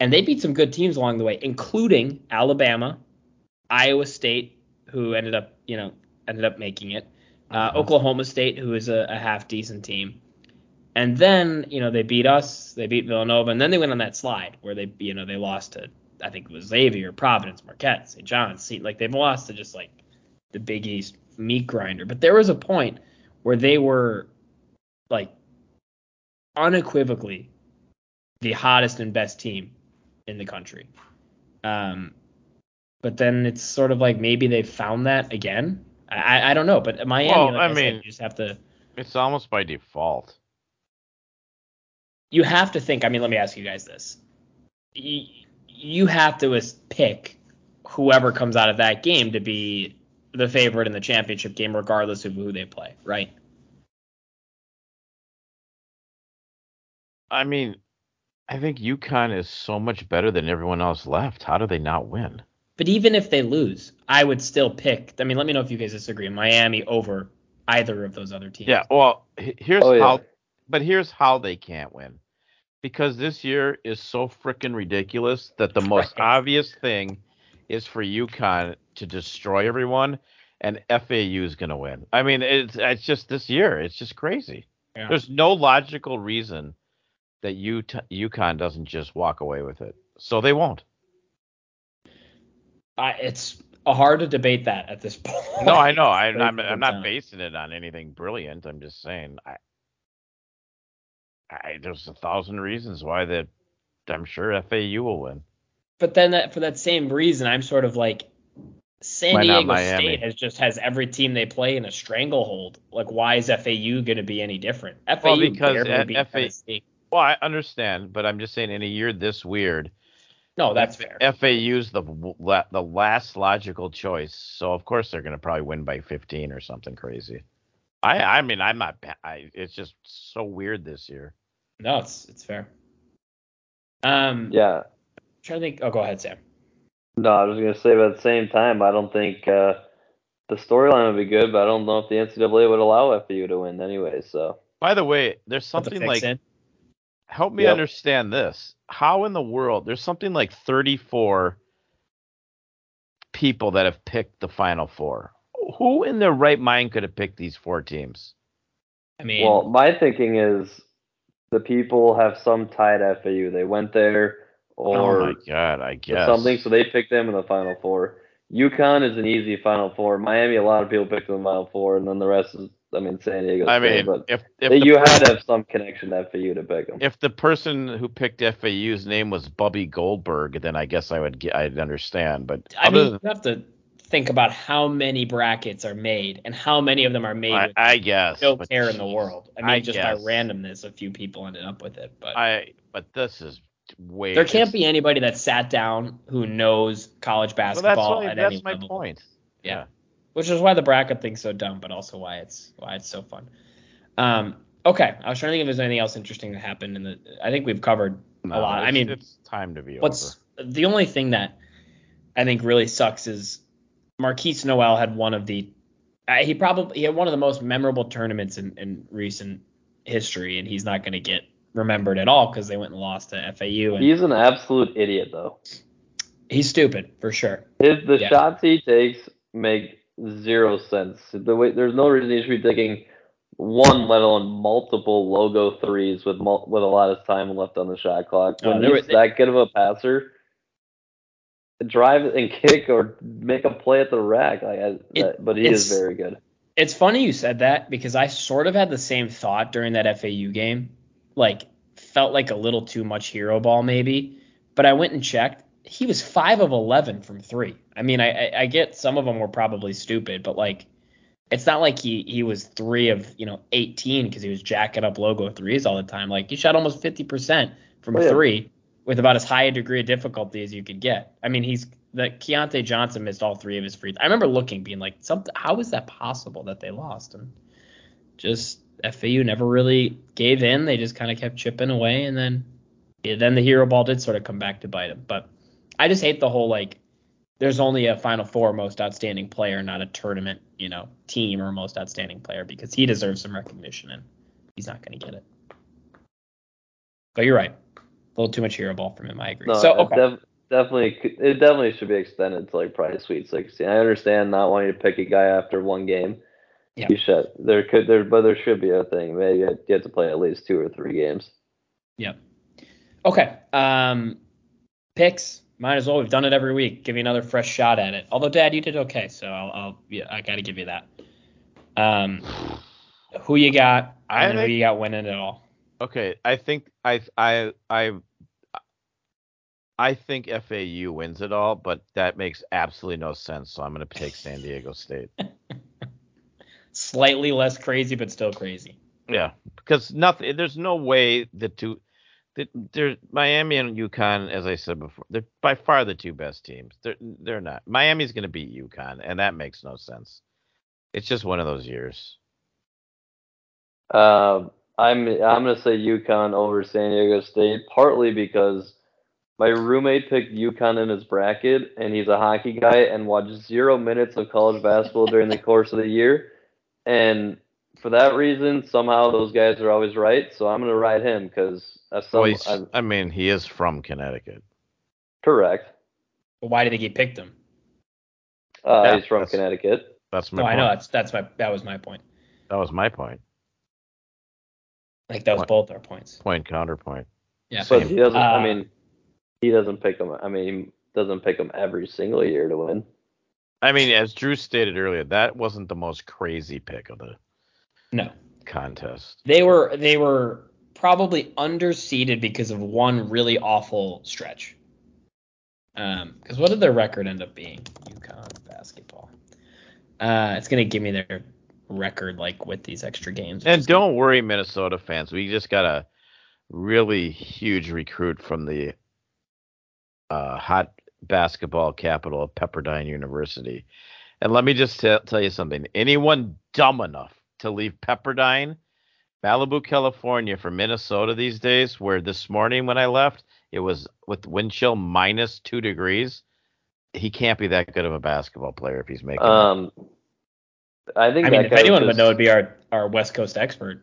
A: And they beat some good teams along the way, including Alabama, Iowa State, who ended up, you know, ended up making it, uh, Oklahoma State, who is a, a half decent team. And then, you know, they beat us, they beat Villanova, and then they went on that slide where they, you know, they lost to, I think it was Xavier, Providence, Marquette, St. John's. See, Like they've lost to just like the Big East meat grinder. But there was a point where they were like unequivocally the hottest and best team in the country. Um, but then it's sort of like maybe they found that again. I, I- I don't know, but Miami,
B: Well,
A: like
B: I
A: I, said,
B: mean-
A: you just have to.
B: It's almost by default.
A: you have to think. I mean, let me ask you guys this: you, you have to as- pick whoever comes out of that game to be the favorite in the championship game, regardless of who they play, right?
B: I mean, I think UConn is so much better than everyone else left. How do they not win?
A: But even if they lose, I would still pick. I mean, let me know if you guys disagree. Miami over either of those other teams.
B: Yeah, well, he- here's
C: Oh, yeah.
B: how but here's how they can't win. Because this year is so freaking ridiculous that the most
A: Right.
B: obvious thing is for UConn to destroy everyone and FAU is going to win. I mean, it's it's just this year, it's just crazy.
A: Yeah.
B: There's no logical reason that U- UConn doesn't just walk away with it. So they won't.
A: I, it's hard to debate that at this <laughs> point.
B: No, I know. I'm,
A: Very
B: I'm, I'm not
A: freaking
B: basing it on anything brilliant. I'm just saying, I, I there's a thousand reasons why that I'm sure FAU will win.
A: but then that for that same reason, I'm sort of like San
B: Why not
A: Diego
B: Miami?
A: State has just has every team they play in a stranglehold. Like, why is FAU going to be any different? FAU
B: Well, because
A: barely
B: at
A: beat
B: FA
A: Tennessee.
B: Well, I understand, but I'm just saying, in a year this weird,
A: No, Oh, that's fair.
B: FAU's the w- la- the last logical choice. So of course they're going to probably win by 15 or something crazy. I I mean I'm not. ba- I, it's just so weird this year.
A: No, it's it's fair. Um,
C: Yeah,
A: trying to think. Oh, go ahead, Sam.
C: No, I was gonna say, but at the same time, I don't think uh, the storyline would be good, but I don't know if the NCAA would allow FAU to win anyway. So
B: By the way, there's
A: Put the
B: something
A: fix
B: like
A: in.
B: help me
C: Yep.
B: understand this. How in the world there's something like 34 people that have picked the final four who in their right mind could have picked these four teams?
A: I mean,
C: Well, my thinking is the people have some tie to FAU. They went there
B: oh my
C: or
B: god, I guess
C: something, so they picked them in the Final Four. UConn is an easy Final Four. Miami, a lot of people picked them in the Final Four, and then the rest is, I mean, San Diego.
B: I
C: State,
B: mean,
C: but
B: if if
C: they-
B: the
C: you
B: per-
C: had to have some connection to FAU to pick them.
B: if the person who picked FAU's name was Bubby Goldberg, then I guess I would get, I'd understand. But
A: I
B: other
A: mean, you have to think about how many brackets are made and how many of them are made
B: than, I,
A: with
B: I guess
A: no
B: but
A: care in the
B: geez,
A: world. I mean,
B: I
A: just
B: guess.
A: by randomness, a few people ended up with it. But
B: I but this is way
A: there can't be anybody that sat down who knows college
B: Well,
A: basketball
B: that's why,
A: at
B: that's
A: any
B: my
A: level.
B: point.
A: Yeah. Which is why the bracket thing's so dumb, but also why it's why it's so fun. Um, okay, I was trying to think if there's anything else interesting that happened in the. I think we've covered
B: No,
A: a lot. I
B: it's-
A: mean,
B: it's time to be
A: What's the only thing that I think really sucks is Marquise Noel had one of the uh, he probably he had one of the most memorable tournaments in, in recent history, and he's not going to get remembered at all because they went and lost to FAU, and
C: He's an absolute idiot, though.
A: he's stupid for sure.
C: His the
A: Yeah.
C: shots he takes make zero sense. The way there's no reason he should be taking one, let alone multiple logo threes with mul- with a lot of time left on the shot clock.
A: Oh,
C: When
A: there
C: he's
A: were-
C: that good of a passer, drive and kick or make a play at the rack. Like, I,
A: It-
C: that, but he is
A: it's-
C: very good.
A: It's funny you said that because I sort of had the same thought during that FAU game, like felt like a little too much hero ball maybe, but I went and checked. He was five of eleven from three. I mean, I, I, I get some of them were probably stupid, but like, it's not like he he was three of you know eighteen because he was jacking up logo threes all the time. Like he shot almost fifty percent from
C: Oh, yeah.
A: three with about as high a degree of difficulty as you could get. I mean, he's the Keontae Johnson missed all three of his free. I remember looking, being like, something. How is that possible that they lost? And just FAU never really gave in. They just kind of kept chipping away, and then yeah, then the hero ball did sort of come back to bite him. But I just hate the whole like there's only a Final Four most outstanding player, not a tournament, you know, team or most outstanding player because he deserves some recognition and he's not going to get it. But you're right, a little too much hero ball from him. I agree.
C: No,
A: so
C: it
A: okay,
C: def- definitely, c- it definitely should be extended to like probably Sweet 16. I understand not wanting to pick a guy after one game.
A: Yeah.
C: You should. There could there, but there should be a thing. Maybe you have to play at least two or three games.
A: okay. Um, picks. Might as well. We've done it every week. Give you another fresh shot at it. Although, Dad, you did okay, so I'll, I'll yeah, I got to give you that. Um, who you got?
B: I
A: And then who
B: think-
A: you got winning it all?
B: Okay, I think I I I I think FAU wins it all, but that makes absolutely no sense. So I'm going to take San Diego State.
A: <laughs> Slightly less crazy, but still crazy.
B: yeah, because nothing. There's no way the two. the- There, Miami and UConn, as I said before, they're by far the two best teams. They're they're not. Miami's going to beat UConn, and that makes no sense. It's just one of those years.
C: Um, I'm I'm gonna say UConn over San Diego State, partly because my roommate picked UConn in his bracket, and he's a hockey guy and watched zero minutes of college basketball during the course of the year, and for that reason, somehow those guys are always right. So I'm gonna ride him because
B: Well,
C: I'm
B: he's- I mean, he is from Connecticut.
C: correct.
A: But why do they get picked him?
C: Uh,
B: Yeah,
C: he's from
B: that's-
C: Connecticut.
B: That's my.
A: No, I
B: point.
A: know that's that's my that was my point.
B: That was my point.
A: Like that was
B: What?
A: both our points.
B: Point counterpoint.
A: Yeah.
C: But he doesn't.
A: Uh,
C: I mean, he doesn't pick them. I mean, he doesn't pick them every single year to win.
B: I mean, as Drew stated earlier, that wasn't the most crazy pick of the
A: No.
B: contest.
A: They were they were probably underseeded because of one really awful stretch. Um, because what did their record end up being? UConn basketball. Uh, it's gonna give me their record like with these extra games.
B: And don't worry, Minnesota fans. We just got a really huge recruit from the uh, hot basketball capital of Pepperdine University. And let me just t- tell you something. Anyone dumb enough to leave Pepperdine, Malibu, California, for Minnesota these days, where this morning when I left, it was with wind chill minus two degrees. He can't be that good of a basketball player if he's making. that.
C: Um, I think
A: I mean,
C: that
A: if
C: guy was
A: anyone would
C: just-
A: know, it'd be our our West Coast expert.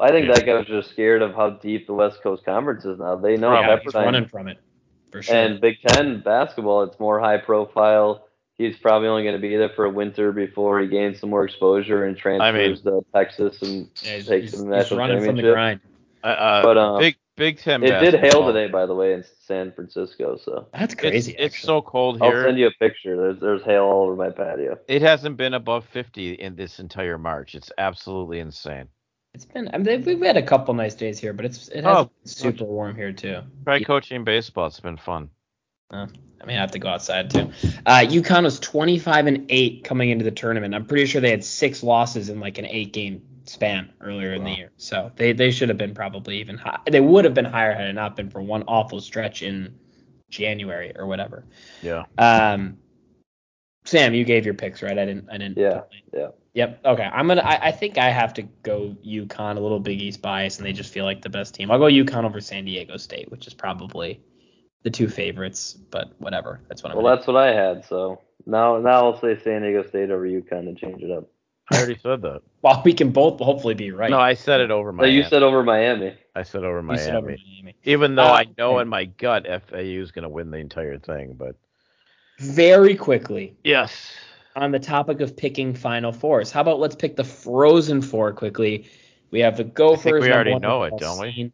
C: I think
B: Yeah.
C: that guy was just scared of how deep the West Coast Conference is now. They know
A: Oh, yeah, he's
C: Pepperdine
A: running from it for sure.
C: and Big Ten basketball. It's more high profile. he's probably only going to be there for a winter before he gains some more exposure and transfers to Texas and
A: Yeah, he's,
C: takes
A: he's-
C: them to the
A: he's
C: national
A: running from the
C: championship.
A: grind.
B: Uh, uh,
C: But, um,
B: big Big Ten.
C: It did hail
B: basketball.
C: today, by the way, in San Francisco. So
A: That's
B: It's-
A: crazy.
B: It's,
A: actually.
B: so cold
C: I'll
B: here.
C: send you a picture. There's there's hail all over my patio.
B: it hasn't been above 50 in this entire March. It's absolutely insane.
A: It's been. I mean, we've had a couple nice days here, but it's it has
B: Oh,
A: been super warm here too.
B: Try
A: Yeah.
B: coaching baseball. It's been fun.
A: I mean, I have to go outside too. Uh, UConn was 25 and eight coming into the tournament. I'm pretty sure they had six losses in like an eight game span earlier in the
B: Wow.
A: year. So they they should have been probably even high. They would have been higher had it not been for one awful stretch in January or whatever.
B: Yeah.
A: Um, Sam, you gave your picks, right? I didn't. I didn't.
C: Yeah, yeah.
A: Yep. Okay. I'm gonna. I, I think I have to go UConn. A little Big East bias, and they just feel like the best team. I'll go UConn over San Diego State, which is probably the two favorites. But whatever. That's what I'm.
C: Well,
A: gonna
C: that's what I had. So now now I'll say San Diego State over UConn to change it up.
B: I already said that.
A: do. Well, we can both hopefully be right.
B: No, I said it over
C: So
B: Miami.
C: you said over Miami.
B: I said over
A: You
B: Miami.
A: said over Miami.
B: Even though
A: Uh,
B: I know
A: okay.
B: in my gut FAU is going to win the entire thing, but
A: Very quickly
B: yes,
A: on the topic of picking Final Fours. How about let's pick the Frozen Four quickly? We have the Gophers.
B: we
A: number
B: already
A: one
B: know it,
A: overall
B: don't we?
A: seed.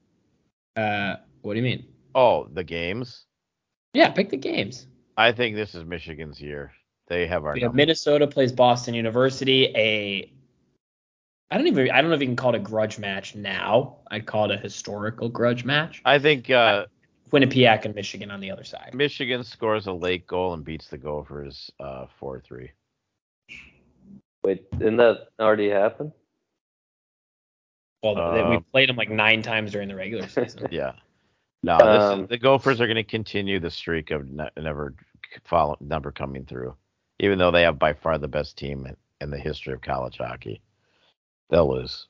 A: Uh, what do you mean?
B: oh, the games.
A: Yeah, pick the games.
B: I think this is Michigan's year. They have our
A: We have
B: number.
A: Minnesota plays Boston University. A I don't even I don't know if you can call it a grudge match now. I'd call it a historical grudge match.
B: I think uh,
A: Quinnipiac and Michigan on the other side.
B: Michigan scores a late goal and beats the Gophers uh, four three.
C: Wait, didn't that already happen?
A: Well, they- we
B: Um,
A: played them like nine times during the regular season.
B: Yeah. No, this
C: Um,
B: is, the Gophers are going to continue the streak of ne- never follow, never coming through, even though they have by far the best team in, in the history of college hockey. They'll lose.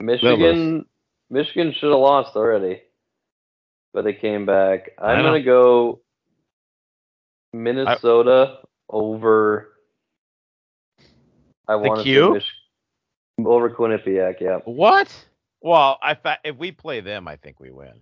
C: Michigan Michigan should have lost already. But they came back.
B: I
C: I'm
B: know.
C: gonna go Minnesota over I
B: The
C: want to
B: Q?
C: say Mich- over Quinnipiac, yeah.
B: What? Well, I fa- if we play them, I think we win.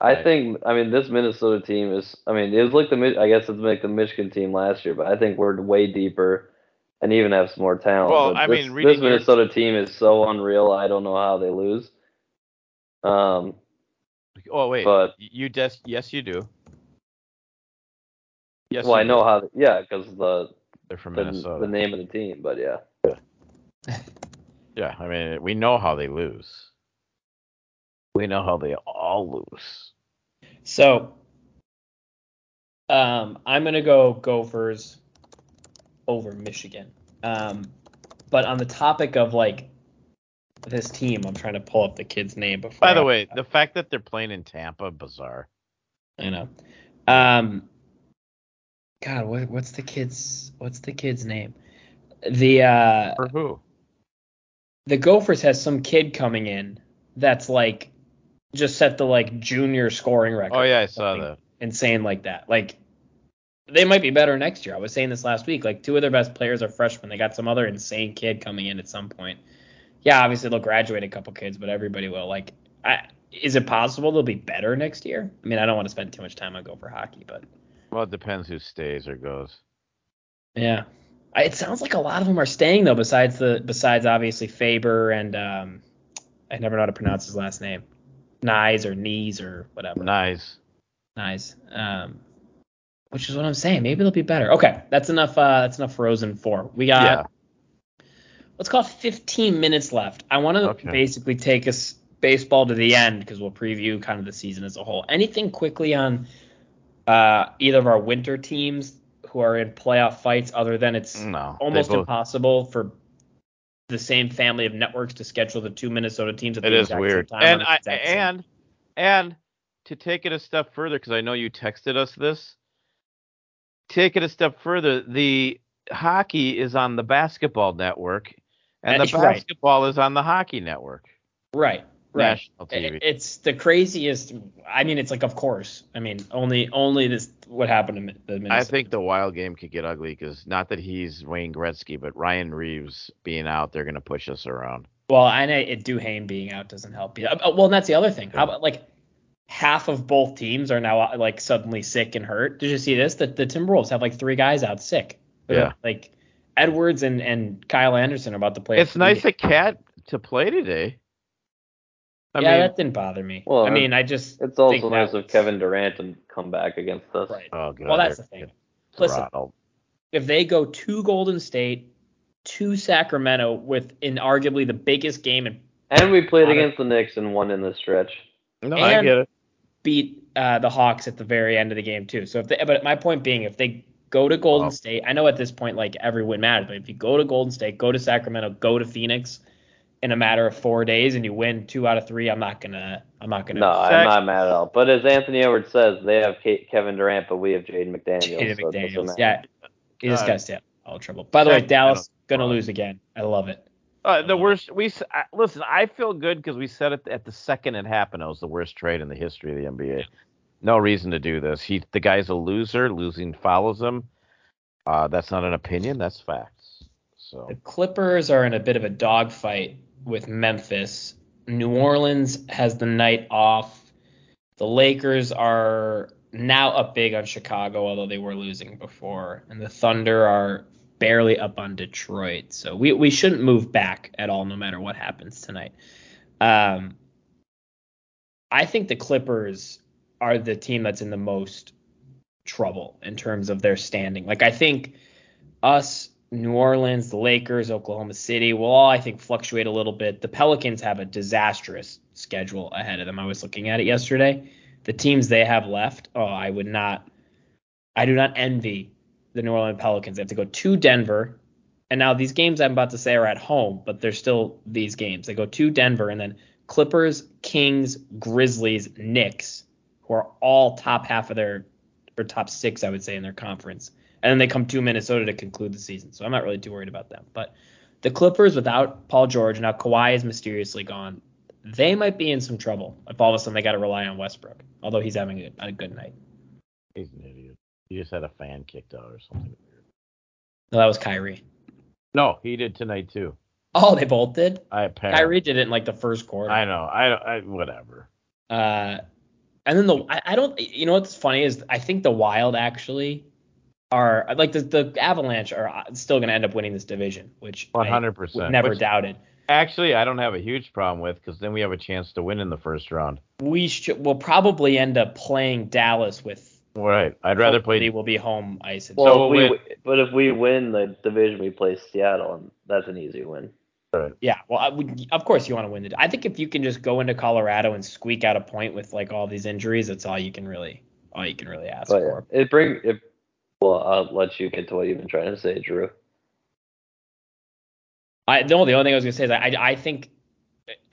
C: I
B: Right.
C: think I mean this Minnesota team is I mean it was like the Mi- I guess it's like the Michigan team last year, but I think we're way deeper and even have some more talent.
B: Well,
C: But
B: I
C: this,
B: mean,
C: this
B: reading your-
C: Minnesota team is so unreal. I don't know how they lose. Um,
B: Oh wait,
C: But-
B: you just yes you do. Yes.
C: well,
B: you
C: I know
B: do.
C: how. They, yeah, because the
B: they're from
C: the,
B: Minnesota.
C: the name of the team, but yeah.
B: Yeah, I mean we know how they lose. We know how they all lose.
A: So um, I'm gonna go Gophers over Michigan. Um, but on the topic of like this team, I'm trying to pull up the kid's name before.
B: By
A: I-
B: the way, the fact that they're playing in Tampa, bizarre.
A: I know. Um, God, what, what's the kid's what's the kid's name? The uh,
B: For who?
A: the Gophers has some kid coming in that's like just set the like junior scoring record.
B: Oh yeah, I saw
A: Something
B: that.
A: Insane like that. Like they might be better next year. I was saying this last week. Like two of their best players are freshmen. They got some other insane kid coming in at some point. Yeah, obviously they'll graduate a couple kids, but everybody will. Like, I, is it possible they'll be better next year? I mean, I don't want to spend too much time on Gopher hockey, but
B: Well, it depends who stays or goes.
A: Yeah. I, it sounds like a lot of them are staying though. Besides the besides obviously Faber and um, I never know how to pronounce his last name, Nyes or Knees or whatever.
B: Nice.
A: Nyes. Um, which is what I'm saying. Maybe they'll be better. Okay, that's enough. Uh, that's enough. Frozen four. We got
B: yeah.
A: let's call it 15 minutes left. I want to
B: Okay.
A: basically take us baseball to the end because we'll preview kind of the season as a whole. Anything quickly on uh, either of our winter teams who are in playoff fights, other than it's
B: No. they
A: almost
B: both-
A: impossible for the same family of networks to schedule the two Minnesota teams at
B: It
A: the
B: is
A: exact
B: weird.
A: same time.
B: And
A: on the
B: I
A: exact same-
B: and and to take it a step further, because I know you texted us this. Take it a step further. The hockey is on the basketball network, and the
A: Uh, right.
B: basketball is on the hockey network.
A: right, right.
B: National TV.
A: It- It's the craziest. I mean, it's like of course. I mean, only only this what happened to Mi- the Minnesota.
B: I think the wild game could get ugly because not that he's Wayne Gretzky, but Ryan Reeves being out, they're going to push us around.
A: Well, and it, it Duhame being out doesn't help. you. Uh, Well, and that's the other thing. How about like half of both teams are now uh, like suddenly sick and hurt. Did you see this? That the Timberwolves have like three guys out sick. They're,
B: Yeah.
A: Like Edwards and and Kyle Anderson are about to play.
B: It's nice that Cat to play today. I
A: yeah,
B: mean,
A: that didn't bother me.
C: Well,
A: I mean, I just
C: It's
A: think
C: also
A: that
C: nice of
A: was-
C: Kevin Durant to come back against us.
A: Right.
B: oh god.
A: Well, that's
B: they're
A: the thing.
B: getting
A: Listen,
B: throttled.
A: if they go to Golden State, to Sacramento with in arguably the biggest game and
C: And we played
A: Got it.
C: against the Knicks and won in the stretch.
B: No, I
A: and-
B: get it.
A: beat uh, the Hawks at the very end of the game too. So if they, but my point being, if they go to Golden
B: Oh.
A: State, I know at this point like every win matters, but if you go to Golden State, go to Sacramento, go to Phoenix in a matter of four days, and you win two out of three, I'm not gonna, I'm not gonna.
C: No,
B: Sac-
C: I'm not mad at all. But as Anthony Edwards says, they have Ke- Kevin Durant, but we have Jaden McDaniels.
A: Jaden
C: so it doesn't
A: McDaniels,
C: matter.
A: yeah, he just
B: Uh,
A: got stabbed. All trouble. By the way,
B: Sacramento.
A: Dallas gonna lose again. I love it.
B: Uh, the worst. We s- I- listen. I feel good because we said it at the second it happened. It was the worst trade in the history of the NBA. No reason to do this. He the guy's a loser. Losing follows him. Uh, that's not an opinion. That's facts. So
A: The Clippers are in a bit of a dogfight with Memphis. New Orleans has the night off. The Lakers are now up big on Chicago, although they were losing before. And the Thunder are barely up on Detroit. So we, we shouldn't move back at all, no matter what happens tonight. Um, I think the Clippers are the team that's in the most trouble in terms of their standing. Like, I think us, New Orleans, the Lakers, Oklahoma City will all, I think, fluctuate a little bit. The Pelicans have a disastrous schedule ahead of them. I was looking at it yesterday. The teams they have left, oh, I would not, I do not envy the New Orleans Pelicans. They have to go to Denver. And now these games I'm about to say are at home, but they're still these games. They go to Denver and then Clippers, Kings, Grizzlies, Knicks, who are all top half of their, or top six, I would say, in their conference and then they come to Minnesota to conclude the season. So I'm not really too worried about them. But the Clippers without Paul George now Kawhi is mysteriously gone. They might be in some trouble if all of a sudden they got to rely on Westbrook, although he's having a, a good night.
B: he's an idiot. He just had a fan kicked out or something. weird.
A: No, that was Kyrie. <laughs>
B: No, he did tonight too.
A: Oh, they both did.
B: I apparently.
A: Kyrie did it in like the first quarter.
B: I know. I, I whatever.
A: Uh, and then the I, I don't you know what's funny is I think the Wild actually are like the the Avalanche are uh, still going to end up winning this division, which
B: One
A: I
B: hundred percent.
A: would never doubted.
B: Actually, I don't have a huge problem with because then we have a chance to win in the first round.
A: we should will probably end up playing Dallas with
B: Right. I'd rather
A: hopefully
B: play.
A: will be home ice. and-
C: Well,
B: So
C: if we,
B: when-
C: but if we win the division, we play Seattle, and that's an easy win.
A: yeah, well, I would, of course you want to win the. I think if you can just go into Colorado and squeak out a point with like all these injuries, that's all you can really all you can really ask
C: But
A: for.
C: yeah, it bring it. Well, I'll let you get to what you've been trying to say, Drew.
A: I no, the only thing I was gonna say is I I think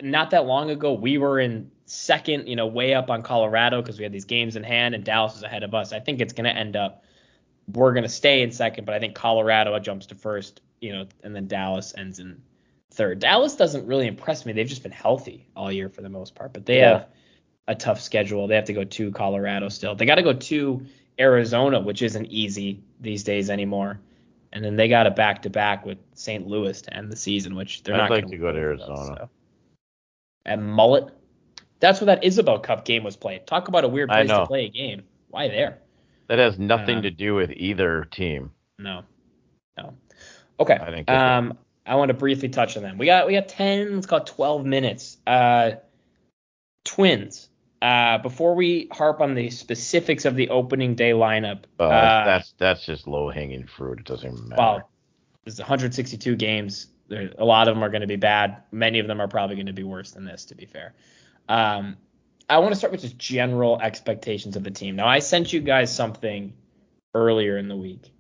A: not that long ago we were in second, you know, way up on Colorado because we had these games in hand and Dallas was ahead of us. I think it's gonna end up we're gonna stay in second, but I think Colorado jumps to first, you know, and then Dallas ends in third. Dallas doesn't really impress me. They've just been healthy all year for the most part, but they
C: Yeah.
A: have a tough schedule. They have to go to Colorado still. They got to go to Arizona, which isn't easy these days anymore. And then they got a back to back with St. Louis to end the season, which they're
B: I'd
A: not
B: like
A: gonna
B: to go to
A: lose those,
B: Arizona.
A: so. And Mullet. That's where that Isabel Cup game was played. Talk about a weird
B: I
A: place to
B: know.
A: play a game. Why there?
B: That has nothing
A: Um,
B: to do with either team.
A: No. No. Okay.
B: I didn't get that.
A: um I want to briefly touch on them. We got we got 10, let's call it 12 minutes. Uh Twins. Uh before we harp on the specifics of the opening day lineup.
B: Uh,
A: uh,
B: that's that's just low hanging fruit. It doesn't even matter.
A: well, there's 162 games. There, a lot of them are going to be bad. Many of them are probably going to be worse than this, to be fair. Um, I want to start with just general expectations of the team. Now, I sent you guys something earlier in the week,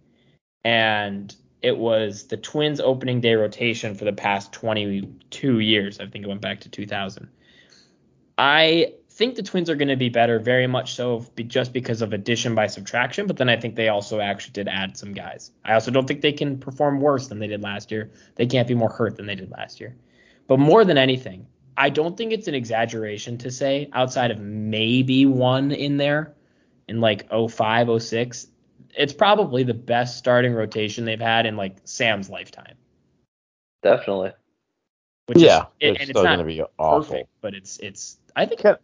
A: and it was the Twins opening day rotation for the past 22 years. I think it went back to 2000. I think the Twins are going to be better, very much so, f- be- just because of addition by subtraction. But then I think they also actually did add some guys. I also don't think they can perform worse than they did last year. They can't be more hurt than they did last year. But more than anything, I don't think it's an exaggeration to say, outside of maybe one in there in like 05, 06, it's probably the best starting rotation they've had in like Sam's lifetime.
C: Definitely.
A: Which is,
B: yeah,
A: it,
B: it's
A: and it's
B: still
A: not
B: gonna be
A: perfect,
B: awful.
A: but it's it's I think
B: Can-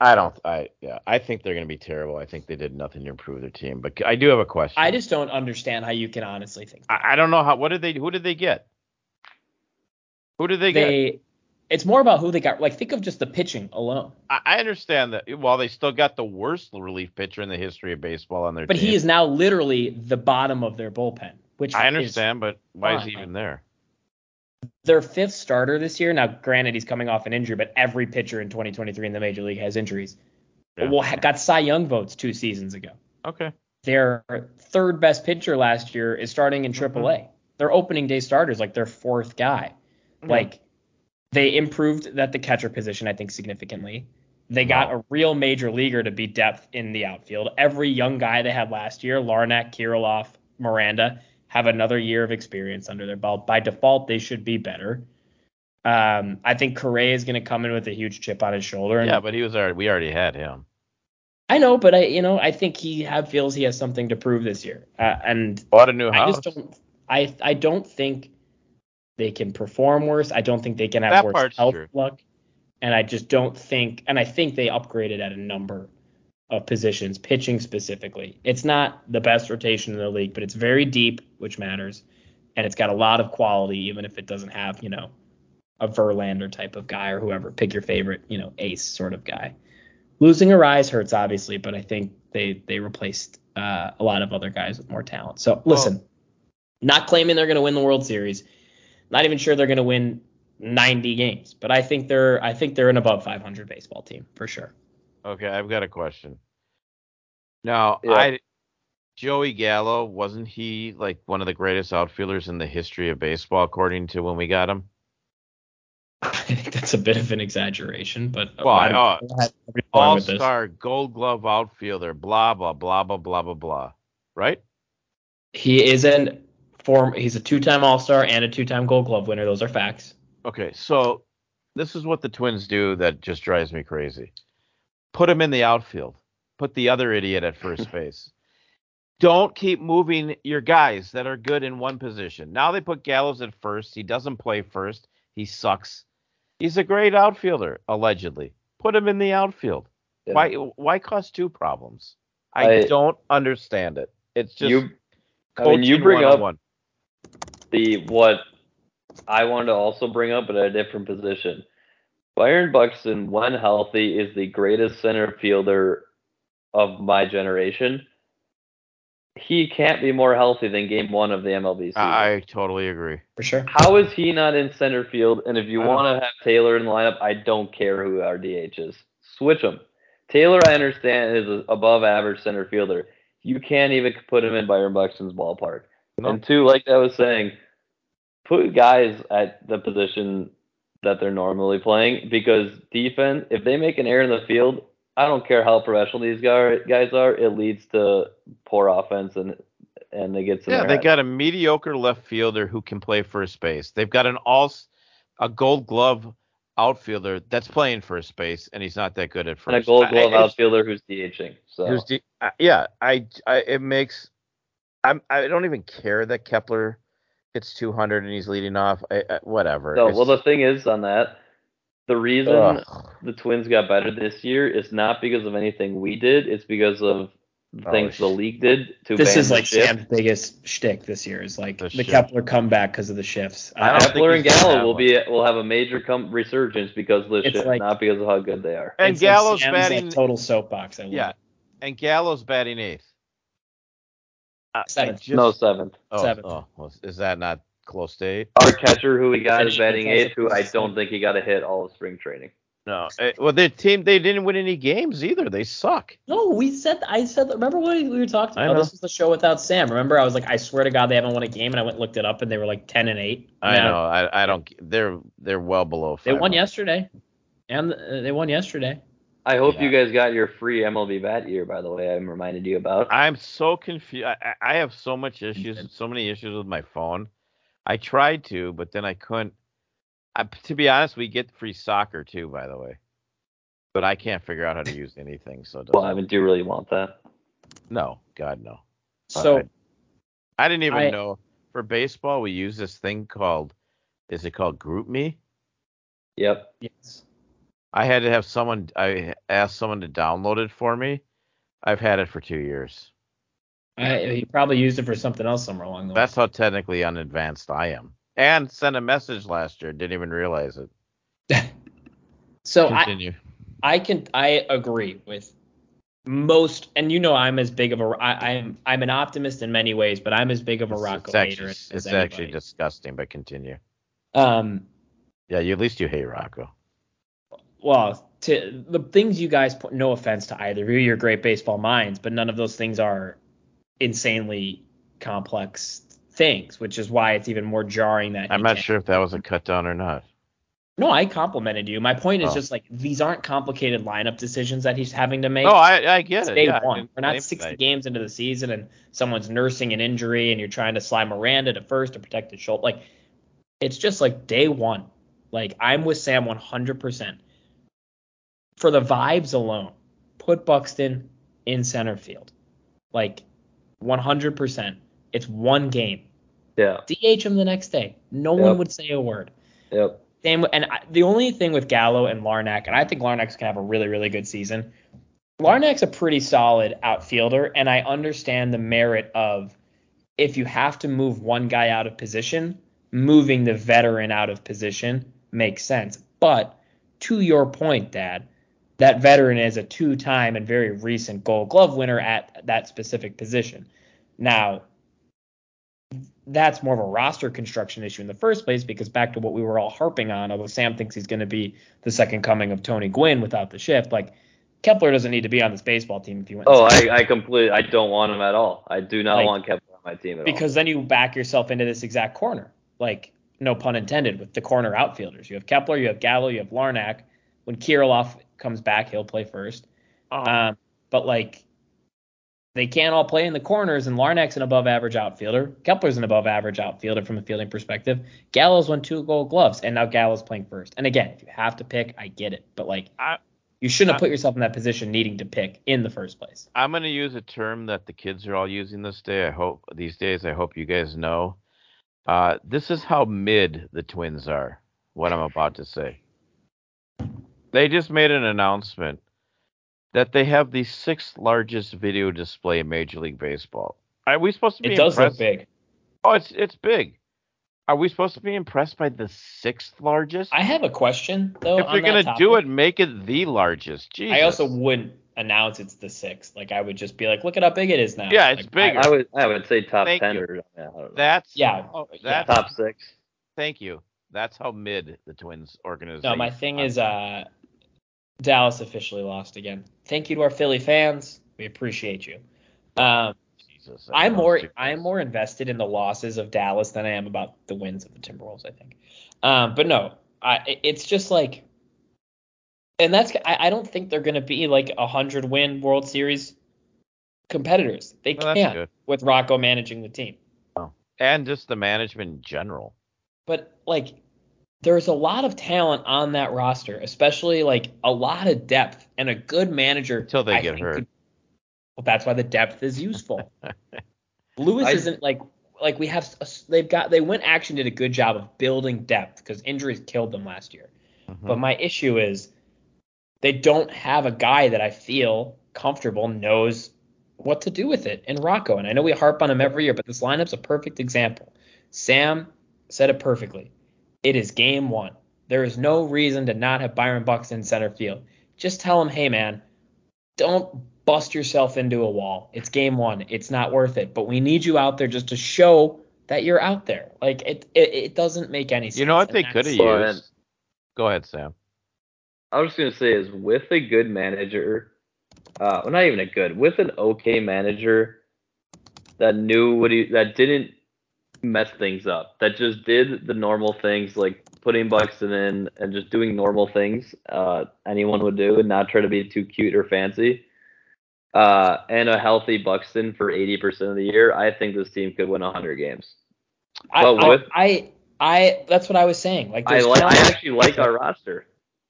B: I don't. I yeah. I think they're going to be terrible. I think they did nothing to improve their team. But I do have a question.
A: I just don't understand how you can honestly think. that.
B: I, I don't know how. What did they? Who did they get? Who did they, get?
A: They, it's more about who they got. Like think of just the pitching alone.
B: I, I understand that. While they still got the worst relief pitcher in the history of baseball on their
A: But
B: team,
A: he is now literally the bottom of their bullpen, which
B: I
A: is
B: understand, but why is he
A: fine.
B: even there?
A: their fifth starter this year. Now, granted, he's coming off an injury, but every pitcher in 2023 in the major league has injuries.
B: Yeah.
A: Well, ha- got Cy Young votes two seasons ago.
B: Okay.
A: Their third best pitcher last year is starting
B: Mm-hmm.
A: in AAA. Their opening day starters, like their fourth guy.
B: Mm-hmm.
A: Like they improved at the catcher position, I think, significantly. They got a real major leaguer to be depth in the outfield. Every young guy they had last year, Larnack, Kirilov, Miranda, have another year of experience under their belt. By default, they should be better. Um, I think Correa is going to come in with a huge chip on his shoulder. And
B: Yeah, but he was already. We already had him.
A: I know, but I, you know, I think he have, feels he has something to prove this year. Uh, and
B: Bought a new
A: I
B: house.
A: just don't. I I don't think they can perform worse. I don't think they can have
B: That
A: worse
B: part's
A: health
B: true.
A: luck. And I just don't think. And I think they upgraded at a number of positions, pitching specifically. It's not the best rotation in the league, but it's very deep, which matters, and it's got a lot of quality, even if it doesn't have you know a Verlander type of guy or whoever. Pick your favorite, you know, ace sort of guy. Losing a rise hurts obviously, but I think they they replaced uh, a lot of other guys with more talent. So listen, not claiming they're going to win the World Series. Not even sure they're going to win 90 games, but I think they're I think they're an above 500 baseball team for sure. <laughs>
B: Okay, I've got a question. Now,
C: Yeah.
B: I Joey Gallo wasn't he like one of the greatest outfielders in the history of baseball, according to when we got him?
A: I think that's a bit of an exaggeration, but
B: Well,
A: I'm-
B: uh,
A: I'm having fun
B: All
A: with this.
B: star, Gold Glove outfielder, blah blah blah blah blah blah blah. Right?
A: He is an form he's a two-time All-Star and a two-time Gold Glove winner. Those are facts.
B: Okay, so this is what the Twins do that just drives me crazy. Put him in the outfield. Put the other idiot at
C: <laughs>
B: first base. Don't keep moving your guys that are good in one position. Now they put Gallows at first. He doesn't play first. He sucks. He's a great outfielder, allegedly. Put him in the outfield.
C: Yeah.
B: Why why cause two problems? I,
C: I-
B: don't understand it. It's just
C: you I
B: coaching
C: mean, you bring up
B: one.
C: the what I wanted to also bring up, but at a different position. Byron Buxton, when healthy, is the greatest center fielder of my generation. He can't be more healthy than Game One of the MLB season.
B: I totally agree.
A: For sure.
C: How is he not in center field? And if you
B: I don't-
C: want to have Taylor in the lineup, I don't care who our DH is. Switch him. Taylor, I understand, is an above average center fielder. You can't even put him in Byron Buxton's ballpark.
B: No.
C: And two, like I was saying, put guys at the position that they're normally playing because defense, if they make an error in the field, I don't care how professional these guy- guys are, it leads to poor offense and and they get
B: Yeah, they got a mediocre left fielder who can play first base. They've got an all a Gold Glove outfielder that's playing first base, and he's not that good at first.
C: and a Gold Glove
B: I- I-
C: outfielder who's DHing. So
B: who's de- I- yeah, I, I it makes I'm I don't even care that Kepler hits 200 and he's leading off. I, I, whatever.
C: So,
B: It's-
C: well, the thing is on that, the reason
B: ugh.
C: the Twins got better this year is not because of anything we did. It's because of the
B: Oh,
C: things the
B: sh-
C: league did to
A: This
C: ban
A: is
C: the
A: like
C: shift.
A: Sam's biggest shtick this year is like
B: The
A: the,
B: shift.
A: Kepler comeback because of the shifts.
B: I don't
C: Kepler and
B: think he's gonna
C: Gallo
B: have
C: will
B: one.
C: be will have a major com- resurgence because of this
A: It's
C: shit,
A: like-
C: not because of how good they are.
B: and
A: It's like
B: Gallo's
A: Sam's, like,
B: batting
A: total soapbox. I love
B: yeah,
A: it.
B: and Gallo's batting eighth. I- I
A: Uh, Seventh.
B: just-
C: no seventh.
B: oh,
A: seventh.
B: oh, well, is that not close to eight?
C: Our catcher who we got is
A: Finished
C: batting
A: defensive
C: eighth, who I
A: assistant.
C: don't think he got a hit all of spring training.
B: No. eh, Well, their team they didn't win any games either. They suck.
A: No, we said I said remember what we were talking
B: I
A: about? oh,
B: know.
A: This was the show without Sam. Remember I was like I swear to god they haven't won a game and I went and looked it up and they were like 10 and 8.
B: I
A: Now,
B: know. I, I don't. They're they're well below.
A: They won
B: 500.
A: yesterday. And uh, they won yesterday.
C: I hope
B: Yeah.
C: you guys got your free MLB bat year, by the way. I'm reminded you about.
B: I'm so confused. I, I I have so much issues, so many issues with my phone. I tried to, but then I couldn't. I, to be honest, we get free soccer too, by the way. But I can't figure out how to use anything, so it
C: well, I
B: doesn't-
C: mean, do you really want that?
B: no, God no.
A: So
B: Alright. I didn't even
A: I-
B: know for baseball we use this thing called is it called Group Me?
C: Yep.
A: yes.
B: I had to have someone. I asked someone to download it for me. I've had it for two years.
A: I, he probably used it for something else somewhere along the way.
B: That's how technically unadvanced I am. And sent a message last year. Didn't even realize it.
A: So Oh, I, I can I agree with most, and you know I'm as big of a I, I'm I'm an optimist in many ways, but I'm as big of a Rocco
B: it's
A: hater
B: actually,
A: as
B: it's
A: anybody.
B: actually disgusting, but continue.
A: um
B: Yeah, you at least you hate Rocco.
A: well to the things you guys put. No offense to either of you, you're great baseball minds, but none of those things are insanely complex things, which is why it's even more jarring that
B: I'm
A: he
B: not
A: can't-
B: sure if that was a cut down or not.
A: No, I complimented you. My point is
B: Oh.
A: just like these aren't complicated lineup decisions that he's having to make.
B: No, I I get
A: it's
B: it.
A: day
B: yeah, I
A: one.
B: didn't
A: We're
B: blame
A: not 60
B: that.
A: games into the season and someone's nursing an injury and you're trying to slide Miranda to first to protect his shoulder. Like, it's just like day one. Like, I'm with Sam 100%. For the vibes alone, put Buxton in center field. Like, 100%. It's one game.
C: Yeah.
A: DH him the next day. No
C: Yep.
A: one would say a word.
C: Yep.
A: Same, and I, the only thing with Gallo and Larnack, and I think Larnack's gonna have a really, really good season. Larnack's a pretty solid outfielder, and I understand the merit of if you have to move one guy out of position, moving the veteran out of position makes sense. But to your point, Dad, that veteran is a two-time and very recent Gold Glove winner at that specific position. Now, that's more of a roster construction issue in the first place because back to what we were all harping on, although Sam thinks he's going to be the second coming of Tony Gwynn without the shift, like Kepler doesn't need to be on this baseball team if you went.
C: Oh, I, I completely. I don't want him at all. I do not
A: Like-
C: want Kepler on my team at
A: because then you back yourself into this exact corner, like no pun intended, with the corner outfielders. You have Kepler, you have Gallo, you have Larnack. When Kirilov comes back, he'll play first.
B: Ah.
A: Um, but like they can't all play in the corners, and Larnack's an above average outfielder. Kepler's an above average outfielder from a fielding perspective. Gallo's won two gold gloves, and now Gallo's playing first. And again, if you have to pick, I get it. But like
B: I-
A: you shouldn't have
B: I-
A: put yourself in that position needing to pick in the first place.
B: I'm gonna use a term that the kids are all using this day. I hope these days. I hope you guys know. Uh, this is how mid the Twins are. What I'm about to say. They just made an announcement that they have the sixth largest video display in Major League Baseball. Are we supposed to be
A: It does look
B: impressed?
A: big.
B: Oh, it's it's big. Are we supposed to be impressed by the sixth largest?
A: I have a question though.
B: if
A: on
B: you're
A: that
B: gonna do
A: topic.
B: it, make it the largest. Jesus.
A: I also wouldn't announce it's the sixth. Like I would just be like, look at how big it is now.
B: Yeah, it's
A: Like,
B: bigger.
A: I-
C: all. I would. I would say top
B: Thank
C: ten
B: you.
C: or yeah, I don't know.
B: that's
A: Yeah,
B: Oh,
A: yeah.
B: that's
C: top six.
B: Thank you. That's how mid the Twins organization.
A: no, my thing is uh, Dallas officially lost again. Thank you to our Philly fans. We appreciate you. Um,
B: Jesus,
A: I'm
B: everyone's
A: more
B: doing
A: I'm
B: this.
A: more invested in the losses of Dallas than I am about the wins of the Timberwolves. I think, um, but no, I it- it's just like, and that's I, I don't think they're gonna be like a hundred win World Series competitors. They
B: Well, that's
A: can't
B: good.
A: with Rocco managing the team.
B: and just the management in general.
A: but like there's a lot of talent on that roster, especially like a lot of depth and a good manager.
B: Until they
A: I
B: get
A: think,
B: hurt.
A: could- well, that's why the depth is
B: <laughs>
A: useful. Lewis
C: I-
A: isn't like like we have. s- They've got they went action did a good job of building depth because injuries killed them last year.
B: Mm-hmm.
A: But my issue is they don't have a guy that I feel comfortable knows what to do with it in Rocco. And I know we harp on him every year, but this lineup's a perfect example. Sam said it perfectly. It is game one. There is no reason to not have Byron Bucks in center field. Just tell him, hey man, don't bust yourself into a wall. It's game one. It's not worth it. But we need you out there just to show that you're out there. Like it, it, it doesn't make any sense.
B: you know what
A: And
B: they
A: that's-
B: could have
C: Well, then-
B: used? Go ahead, Sam.
C: I was just gonna say is with a good manager, uh, well, not even a good, with an okay manager that knew what he that didn't mess things up, that just did the normal things like putting Buxton in and just doing normal things uh, anyone would do and not try to be too cute or fancy. Uh, and a healthy Buxton for 80% of the year, I think this team could win 100 games.
A: I,
C: Well,
A: I,
C: with-
A: I, I- that's what I was saying. Like,
C: I
A: there's
C: like. I
A: talent.
C: actually like our roster.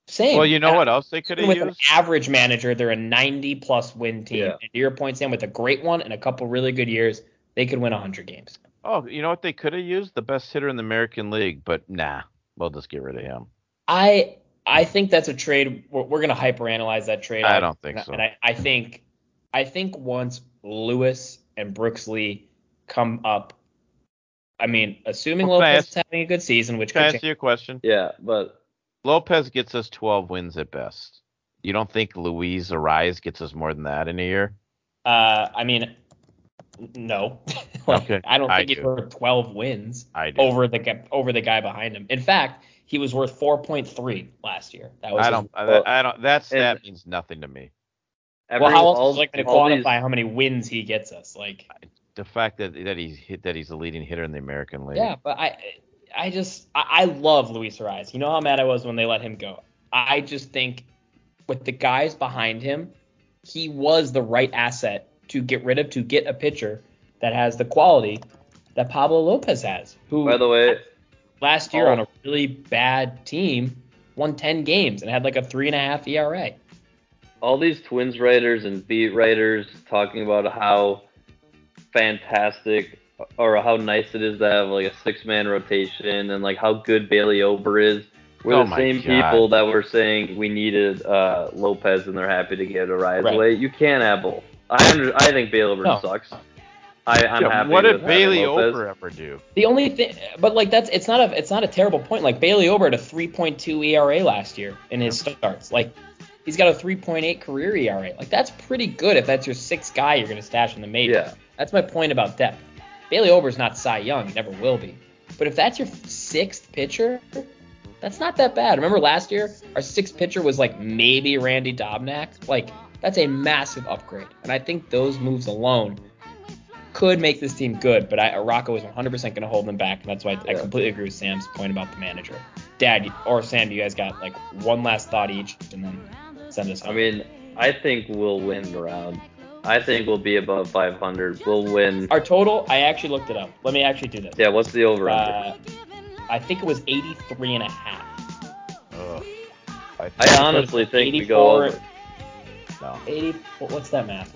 A: same.
B: Well, you know
A: And
B: what else they could
A: Even uh,
B: have
A: with an
B: used?
A: average manager, they're a 90 plus win team.
C: Yeah.
A: And to your point, Sam, with a great one and a couple really good years, they could win 100 games.
B: oh, you know what they could have used? The best hitter in the American League, but nah, we'll just get rid of him.
A: I I think that's a trade. We're, we're going to hyperanalyze that trade.
B: I don't think
A: and,
B: so.
A: And I, I think, I think once Lewis and Brookslee come up, I mean, assuming
B: Well, can I
A: Lopez
B: ask-
A: is having a good season, which
B: Can I
A: could
B: answer
A: change,
B: your question?
C: Yeah, but
B: Lopez gets us 12 wins at best. You don't think Luis Arise gets us more than that in a year?
A: uh, I mean, n- no, <laughs> Like,
B: Okay,
A: I don't
B: I
A: think he's
B: do.
A: worth 12 wins
B: I do.
A: over the gu- over the guy behind him. In fact, he was worth 4.3 last year. That was
B: I
A: his-
B: don't. I,
C: well,
B: I don't. That stat
C: and-
B: means nothing to me.
A: Well, how else
C: all-
A: is like going to
C: all these-
A: quantify how many wins he gets us? Like,
B: The fact that that he's hit that he's the leading hitter in the American League.
A: yeah, but I, I just, I, I love Luis Ariz. You know how mad I was when they let him go. I just think with the guys behind him, he was the right asset to get rid of to get a pitcher that has the quality that Pablo Lopez has, who
C: By the way,
A: last year
C: all-
A: on a really bad team won 10 games and had like a three and a half ERA.
C: all these Twins writers and beat writers talking about how fantastic or how nice it is to have like a six man rotation and like how good Bailey Ober is. We're
B: Oh
C: the
B: my
C: same
B: God.
C: people that were saying we needed uh, Lopez and they're happy to give it a rise
A: Right.
C: away. You can't have both. I under, I think Bailey Ober
A: No.
C: sucks. I, I'm
B: Yeah,
C: happy
B: what
C: with
B: did Bailey
C: having Lopez.
B: Ober ever do?
A: The only thing, but like that's it's not a it's not a terrible point. Like Bailey Ober had a 3.2 ERA E last year in his starts. Like he's got a 3.8 career ERA. Like that's pretty good if that's your sixth guy you're gonna stash in the majors.
C: Yeah.
A: That's my point about depth. Bailey Ober's not Cy Young, he never will be. But if that's your sixth pitcher, that's not that bad. Remember last year, our sixth pitcher was like maybe Randy Dobnak. Like that's a massive upgrade, and I think those moves alone could make this team good, but I, Rocco is 100% going to hold them back, and that's why I, I
C: Yeah.
A: completely agree with Sam's point about the manager. Dad you- or Sam, you guys got like one last thought each, and then send us.
C: I mean, I think we'll win the round. I think we'll be above 500. We'll win.
A: our total. I actually looked it up. Let me actually do this.
C: Yeah, what's the over under?
A: Uh, I think it was 83 and a half.
B: Ugh.
C: I honestly think we
A: 84
C: go over.
B: no.
A: 80. what- What's that math?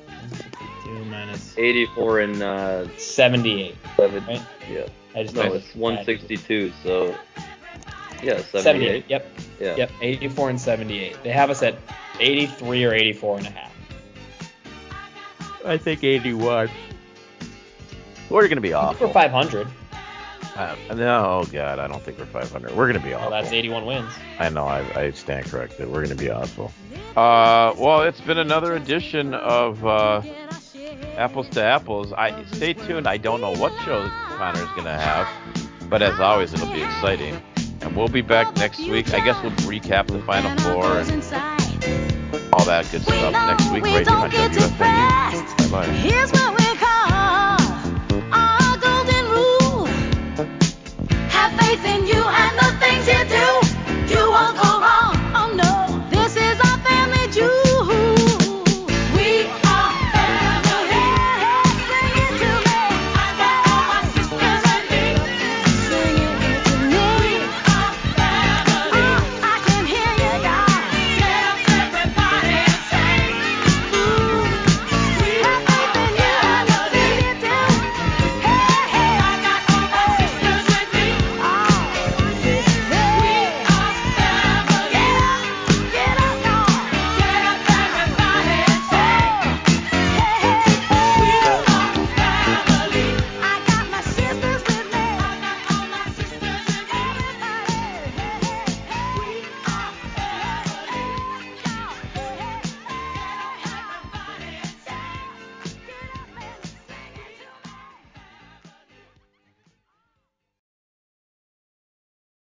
A: 52 minus
C: 84 and uh,
A: 78.
C: 7.
A: Right?
C: Yeah.
A: I just
C: No,
A: did
C: it's
A: it.
C: 162. So yeah, 78.
A: 78. Yep.
C: Yeah.
A: Yep, 84 and 78. They have us at 83 or 84 and a half.
B: I think 81. We're gonna be
A: I think we're
B: awful.
A: 500.
B: Uh, no, oh god, I don't think we're 500. We're gonna be
A: Well,
B: awful.
A: Oh, that's 81 wins.
B: I know, I, I stand corrected. We're gonna be awful. Uh, well, it's been another edition of uh, Apples to Apples. I stay tuned. I don't know what show Connor's gonna have, but as always, it'll be exciting. And we'll be back next week. I guess we'll recap the final four and all that good stuff next week right here on WFAU. Bye bye.
D: Here's what we